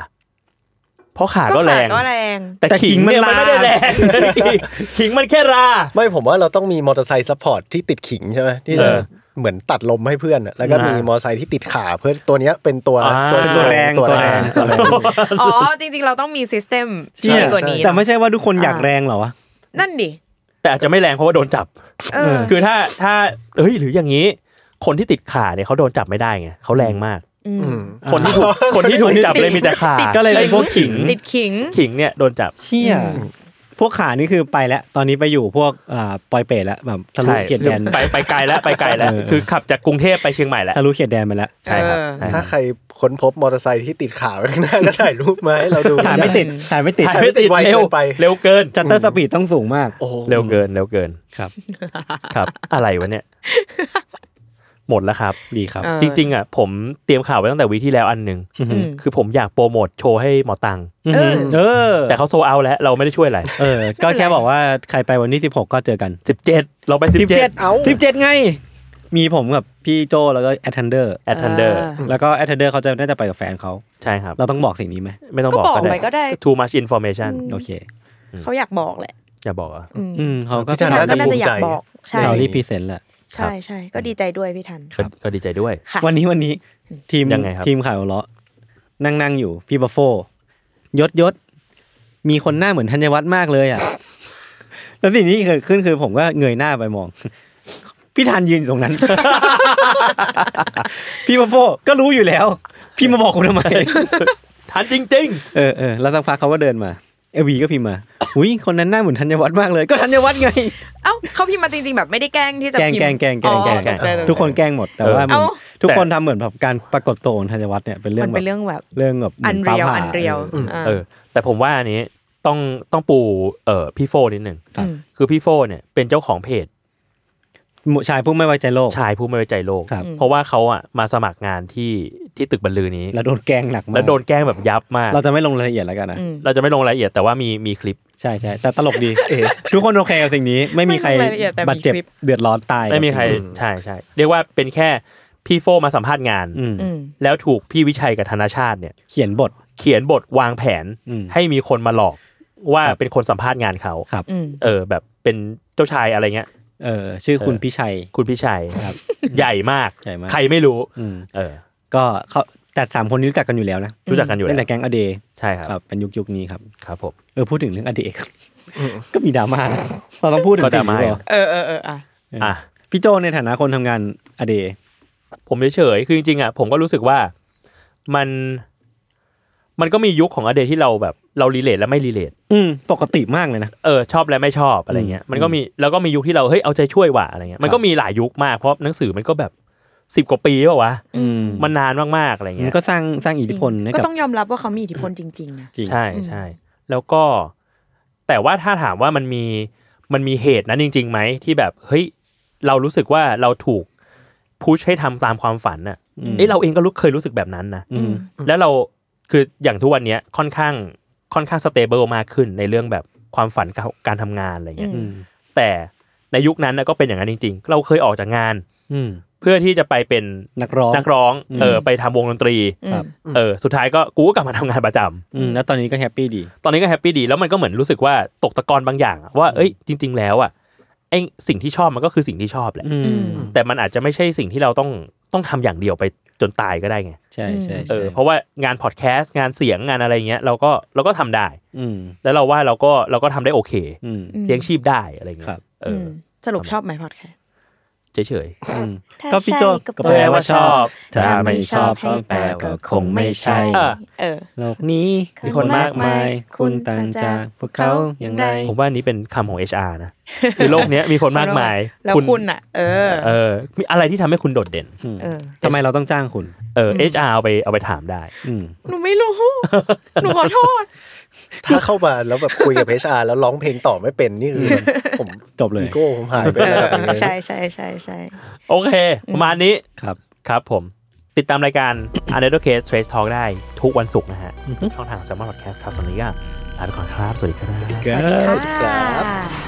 [SPEAKER 3] เพราะขาก็แรง
[SPEAKER 4] ก็แรง
[SPEAKER 3] แต่
[SPEAKER 2] แต่
[SPEAKER 3] ขิงเนี่ย
[SPEAKER 2] ขิงมั
[SPEAKER 3] มัน
[SPEAKER 2] น
[SPEAKER 3] ไม่ได้แร
[SPEAKER 2] ลา
[SPEAKER 3] ง ขิงมันแค่รา
[SPEAKER 5] ไม่ผมว่าเราต้องมีมอเตอร์ไซค์ซัพพอร์ตที่ติดขิงใช่ไหมที่
[SPEAKER 3] เอ
[SPEAKER 5] จะ
[SPEAKER 3] อ
[SPEAKER 5] เหมือนตัดลมให้เพื่อนอะแล้วก็
[SPEAKER 3] อ่ามี
[SPEAKER 5] มีมอเตอร์ไซค์ที่ติดขาเพื่อตัวเนี้ยเป็นตัว
[SPEAKER 3] อ่า
[SPEAKER 2] เป็นตัวแรง
[SPEAKER 5] ตั
[SPEAKER 2] ตัว ว
[SPEAKER 5] แร
[SPEAKER 2] แรง งตัวแรง
[SPEAKER 4] อ๋อจริงๆ เราต้องมีซิสเต็ม
[SPEAKER 5] ใช่
[SPEAKER 4] ที่ดีกว่านี้
[SPEAKER 2] แต่ไม่ใช่ว่าทุกคนอยากแรงเหรอวะ
[SPEAKER 4] นั่นดิ
[SPEAKER 3] แต่อาจจะไม่แรงเพราะว่าโดนจับ
[SPEAKER 4] เออ
[SPEAKER 3] คือถ้าถ้าเอ้ยหรืออย่างนี้ คนที่ติดขาเนี่ยเขาโดนจับไม่ได้ไงเขาแรงมาก
[SPEAKER 5] อืม
[SPEAKER 3] คนที่ถูกคนที่ถูกจับเลยมีแต่ขา
[SPEAKER 4] ติด
[SPEAKER 2] ก็เลยเป็นพวกขิง
[SPEAKER 4] ติดขิง
[SPEAKER 3] ขิงเนี่ยโดนจับ
[SPEAKER 2] เชี่ยพวกขานี่คือไปแล้ว ตอนนี้ไปอยู่พวกอ่าปอยเปรตแล้วแบบทะลุ
[SPEAKER 3] ใช่
[SPEAKER 2] เขียดแดน
[SPEAKER 3] ไปไปไกลแล้วไปไกลแล้ว
[SPEAKER 2] เออ
[SPEAKER 3] คือขับจากกรุงเทพไปเชียงใหม่แล้ว
[SPEAKER 2] ทะลุเขียดแดนไปแล้ว
[SPEAKER 3] ใช่ครับ
[SPEAKER 4] เออ
[SPEAKER 3] ใช่ค
[SPEAKER 5] ถ้า
[SPEAKER 3] รับ
[SPEAKER 5] ใครค้นพบมอเตอร์ไซค์ที่ติดขาไว้ข้างหน้าก็ถ่ายรูปมาให้เราดู
[SPEAKER 2] ถ่ายไม่ติดถ่ายไม่ติด
[SPEAKER 3] ถ่ายไม่ติด
[SPEAKER 5] ไวเกิน
[SPEAKER 3] เร็ว
[SPEAKER 5] ไป
[SPEAKER 3] เร็วเกิน
[SPEAKER 2] จัตเตอร์สปีดต้องสูงมาก
[SPEAKER 5] โอ้โห
[SPEAKER 3] เร็วเกินเร็วเกิน
[SPEAKER 2] ครับ
[SPEAKER 3] ครับ อะไรวะเนี่ย หมดแล้วครับ
[SPEAKER 2] ดีครับ
[SPEAKER 3] จริง ๆอ่ะผมเตรียมข่าวไว้ตั้งแต่วีที่แล้วอันหนึ่ง
[SPEAKER 4] อืม
[SPEAKER 3] คือผมอยากโปรโมทโชว์ให้หมอตัง
[SPEAKER 2] เออเออ
[SPEAKER 3] แต่เขาโซเอาแล้วเราไม่ได้ช่วยอะไร
[SPEAKER 2] เออ ก็แค่บอกว่าใครไปวันที่สิบหกก็เจอกัน
[SPEAKER 3] สิบเจ็ดเราไปสิบเจ็ด
[SPEAKER 5] เอา
[SPEAKER 2] สิบเจ็ดไง มีผมกับพี่โจแล้วก็แอทเทนเดอร์
[SPEAKER 3] แอดทันเดอร์
[SPEAKER 2] แล้วก็แอทเทนเดอร์เขาจะน่าจะไปกับแฟนเขา
[SPEAKER 3] ใช่ครับ
[SPEAKER 2] เราต้องบอกสิ่งนี้ไหม
[SPEAKER 3] ไม่ต้อง
[SPEAKER 4] ก็
[SPEAKER 3] บอก
[SPEAKER 4] บอก
[SPEAKER 3] ก็
[SPEAKER 4] ไป
[SPEAKER 3] ได้
[SPEAKER 4] ก็ได้
[SPEAKER 3] too much information
[SPEAKER 2] โอเค
[SPEAKER 4] เขาอยากบอกแหละ
[SPEAKER 3] อย่าบอกอ่ะ
[SPEAKER 4] อืม
[SPEAKER 2] อืมเขาก็
[SPEAKER 5] พี่ธัน
[SPEAKER 4] พี่
[SPEAKER 5] น่า
[SPEAKER 4] ทั
[SPEAKER 5] จะ
[SPEAKER 4] นก็น่า
[SPEAKER 5] ภู
[SPEAKER 4] จะอ
[SPEAKER 5] มิใจ
[SPEAKER 4] ยากบอก ใช่
[SPEAKER 2] เรารีพรีเซนต์แหละ
[SPEAKER 4] ใช่ใช่ก็ดีใจด้วยพี่ทัน
[SPEAKER 3] ก็ดีใจด้วย
[SPEAKER 4] ค่ะ
[SPEAKER 2] วันนี้วันนี้ทีม
[SPEAKER 3] ยังไงครับ
[SPEAKER 2] ทีมข่าวหัวเราะ นั่งนั่งอยู่พี่บัฟโฟยศยศมีคนหน้าเหมือนธัญวัฒน์มากเลยอ่ะ แล้วสิ่งที่เกิดขึ้นคือผมก็เงยหน้าไปมอง พี่ธันยืนอยู่ตรงนั้น พี่บัฟโฟก็รู้อยู่แล้ว พี่มาบอกกูทำไม
[SPEAKER 3] ทันจริง
[SPEAKER 2] เออเออแล้วสักพักเขาก็เดินมาเอวีก็พิมพ์มาอุ้ยคนนั้นหน้าเหมือนธัญวัฒน์มากเลย ก็ธัญวัฒน์ไง
[SPEAKER 4] เอ้าเขาพิมพ์มาจริงๆแบบไม่ได้แกล้งที่จะ
[SPEAKER 2] แกล้ง
[SPEAKER 4] พิมพ์
[SPEAKER 2] แกล้งแกล้งแกล้ง
[SPEAKER 4] อ๋อ
[SPEAKER 2] แกล้ง
[SPEAKER 4] ตใจตใจ
[SPEAKER 2] ทุกคนแกล้งหมดแต่ว่ามัน
[SPEAKER 4] เอ้า
[SPEAKER 2] ทุกคนทำเหมือนแบบการปรากฏตัวของธัญวัฒน์เนี่ยเป็นเรื่อ
[SPEAKER 4] มั
[SPEAKER 2] ง
[SPEAKER 4] น
[SPEAKER 2] แบบ
[SPEAKER 4] เป็นเรื่องแบบ
[SPEAKER 2] เรื่องแบบ
[SPEAKER 4] อันเรียว
[SPEAKER 2] ฟ้าผ่า
[SPEAKER 4] อันเรียว
[SPEAKER 2] ออ
[SPEAKER 4] อ่า
[SPEAKER 3] ๆ เออ แต่ผมว่าอันนี้ต้องต้องปูเออพี่โฟนิดหนึ่ง
[SPEAKER 2] ครับ
[SPEAKER 3] คือพี่โฟเนี่ยเป็นเจ้าของเพจ
[SPEAKER 2] หมู่ชายผู้ไม่ไว้ใจโลก
[SPEAKER 3] ชายผู้ไม่ไว้ใจโลก
[SPEAKER 2] ครับ
[SPEAKER 3] เพราะว่าเขาอ่ะมาสมัครงานที่ที่ตึกบรรลือนี้
[SPEAKER 2] แล้วโดนแกล้งหนักมาก
[SPEAKER 3] แล้วโดนแกล้งแบบยับมาก
[SPEAKER 2] เราจะไม่ลงรายละเอียดแล้วกันนะ
[SPEAKER 4] อืม
[SPEAKER 3] เราจะไม่ลงรายละเอียดแต่ว่ามีมีคลิป
[SPEAKER 2] ใช่ใช่แต่ตลกดี ทุกคนโอเคกับสิ่งนี้ไม่มีใคร
[SPEAKER 4] ไม่ลงรายละเอียดแต่มี
[SPEAKER 2] บาดเจ็บ
[SPEAKER 4] คลิป
[SPEAKER 2] เดือดร้อนตาย
[SPEAKER 3] ไม่มีใครใช่ใช่เรียกว่าเป็นแค่พี่โฟมาสัมภาษณ์งาน
[SPEAKER 2] อืม
[SPEAKER 4] อืม
[SPEAKER 3] แล้วถูกพี่วิชัยกับธนชาติเนี่ย
[SPEAKER 2] เขียนบท
[SPEAKER 3] เขียนบทวางแผน
[SPEAKER 2] อืม
[SPEAKER 3] ให้มีคนมาหลอกว่า
[SPEAKER 2] ครับ
[SPEAKER 3] เป็นคนสัมภาษณ์งานเขา
[SPEAKER 2] ครับ
[SPEAKER 4] อืม
[SPEAKER 3] เออ แบบเป็นเจ้าชายอะไรเงี้ย
[SPEAKER 2] เออชื่อคุณพิชัย
[SPEAKER 3] คุณพี่ชัย
[SPEAKER 2] ครับ
[SPEAKER 3] ใหญ่มาก
[SPEAKER 2] ใหญ่มาก
[SPEAKER 3] ใครไม่รู้
[SPEAKER 2] อืม
[SPEAKER 3] เออ
[SPEAKER 2] ก็เขาแต่สามคนนี้รู้จักกันอยู่แล้วนะ
[SPEAKER 3] รู้จักกันอยู่แล้
[SPEAKER 2] ตั้งแต่
[SPEAKER 3] ว
[SPEAKER 2] แก๊งอเดย์
[SPEAKER 3] ใช่ครับ
[SPEAKER 2] ครับเป็นยุคยุคนี้ครับ
[SPEAKER 3] ครับผม
[SPEAKER 2] เออพูดถึงเรื่องอดีต ครับก็มีดราม่านะเราต้องพูดถึง
[SPEAKER 3] ก็
[SPEAKER 2] สิ่
[SPEAKER 3] ด
[SPEAKER 2] ง
[SPEAKER 3] ราม่า
[SPEAKER 2] นี้เหรอ
[SPEAKER 4] เออเออเอออ่ะ
[SPEAKER 3] อ่ะ
[SPEAKER 2] พี่โจในฐานะคนทำงานอดีต
[SPEAKER 3] ผมเฉยๆคือจริงๆอ่ะผมก็รู้สึกว่ามัน มันก็มียุคของอเดที่เราแบบ เรารีเลทและไม่รีเลท
[SPEAKER 2] อืมปกติมากเลยนะ
[SPEAKER 3] เออชอบและไม่ชอบอะไรเงี้ย มันก็มีแล้วก็มียุคที่เราเฮ้ยเอาใจช่วยว่ะอะไรเงี้ยมันก็มีหลายยุคมากเพราะหนังสือมันก็แบบสิบกว่าปีเปล่าวะ
[SPEAKER 2] อืม
[SPEAKER 3] มันนานมากๆอะไรเงี้ย
[SPEAKER 2] มันก็สร้างสร้างอิทธิพลให้
[SPEAKER 4] ก็
[SPEAKER 2] กับ
[SPEAKER 4] ต้องยอมรับว่าเขามีอิทธิพลจริงๆนะ
[SPEAKER 2] จริง
[SPEAKER 3] ใช่ใช่แล้วก็แต่ว่าถ้าถามว่ามันมีมันมีเหตุนั้นจริงๆไหมที่แบบเฮ้ยเรารู้สึกว่าเราถูกพุชให้ทำตามความฝันน่ะเอ้ยเราเองก็รู้เคยรู้สึกแบบนั้นนะ
[SPEAKER 2] อืม
[SPEAKER 3] แล้วเราคืออย่างทุกวันเนี้ยค่อนข้างค่อนข้างสเตเบิลมากขึ้นในเรื่องแบบความฝันกับการทำงานอะไรเงี้ย
[SPEAKER 2] อืม
[SPEAKER 3] แต่ในยุคนั้นน่ะก็เป็นอย่างนั้นจริง ๆ เราเคยออกจากงาน
[SPEAKER 2] อืม
[SPEAKER 3] เพื่อที่จะไปเป็น
[SPEAKER 2] นักร้อง
[SPEAKER 3] นักร้องเออไปทำวงดนตรี
[SPEAKER 2] ครับ
[SPEAKER 3] เออสุดท้ายก็กูก็กลับมาทำงานประจำ
[SPEAKER 2] อืมแล้วตอนนี้ก็แฮปปี้ดี
[SPEAKER 3] ตอนนี้ก็แฮปปี้ดีแล้วมันก็เหมือนรู้สึกว่าตกตะกอนบางอย่างอะว่าเอ้ยจริง ๆ แล้วอ่ะไอสิ่งที่ชอบมันก็คือสิ่งที่ชอบแหละ
[SPEAKER 2] อืม
[SPEAKER 3] แต่มันอาจจะไม่ใช่สิ่งที่เราต้องต้องทำอย่างเดียวไปจนตายก็ได้ไง
[SPEAKER 2] ใช่ใช่
[SPEAKER 3] เอ
[SPEAKER 2] ใช่
[SPEAKER 3] อเพราะว่างานพอดแคสต์งานเสียงงานอะไรเงี้ยเราก็เราก็ทำได้
[SPEAKER 2] อืม
[SPEAKER 3] แล้วเราว่าเราก็เราก็ทำได้โอเค
[SPEAKER 2] อืม
[SPEAKER 3] เลี้ยงชีพได้อะไร
[SPEAKER 2] ครั
[SPEAKER 3] เงี้
[SPEAKER 2] บ
[SPEAKER 3] ยเอออ
[SPEAKER 4] มสรุปชอบไหมพอดแคสต์
[SPEAKER 3] เฉย
[SPEAKER 2] อืมก็พี่โจก็
[SPEAKER 3] ๆ
[SPEAKER 2] แปลว่าชอบ
[SPEAKER 4] ถ้าไม่ชอบก็แปล
[SPEAKER 2] ก็คงไม่ใช่
[SPEAKER 3] เออ
[SPEAKER 4] เออ
[SPEAKER 2] โลกนี้
[SPEAKER 3] มีคนมากมาย
[SPEAKER 2] คุณต่างจากพวกเขาอย่างไร
[SPEAKER 3] ผมว่าอันนี้เป็นคำของ HR นะคือโลกเนี้ยมีคนมากมาย
[SPEAKER 4] แล้วคุณอ่ะ เออ
[SPEAKER 3] เออมีอะไรที่ทำให้คุณโดดเด่น
[SPEAKER 4] เออ
[SPEAKER 2] ทำไมเราต้องจ้างคุณ
[SPEAKER 3] เออ HR เอาไปเอาไปถามได้
[SPEAKER 2] อืม
[SPEAKER 4] หนูไม่รู้ หนูขอโทษ
[SPEAKER 5] ถ้าเข้ามาแล้วแบบคุยกับเอชอาร์แล้วร้องเพลงต่อไม่เป็นนี่คือผม
[SPEAKER 2] จบเลย
[SPEAKER 5] อีโก้ผมหายไป
[SPEAKER 4] เอ
[SPEAKER 5] แล้ว
[SPEAKER 4] อ
[SPEAKER 5] แบบนี้
[SPEAKER 4] ใช่ใช่ใช่ใช่
[SPEAKER 3] โอเค ประมาณนี้
[SPEAKER 2] ครับ
[SPEAKER 3] ครับผม ติดตามรายการ u n d e r Case Trace Talk ได้ทุกวันศุกร์นะฮะ ช่องทาง s ซ l m o n Podcast ครับสำหรับวันนี้ก็ลาไปก่อนครับ สวัสดีครับ
[SPEAKER 2] Good.
[SPEAKER 5] ครับ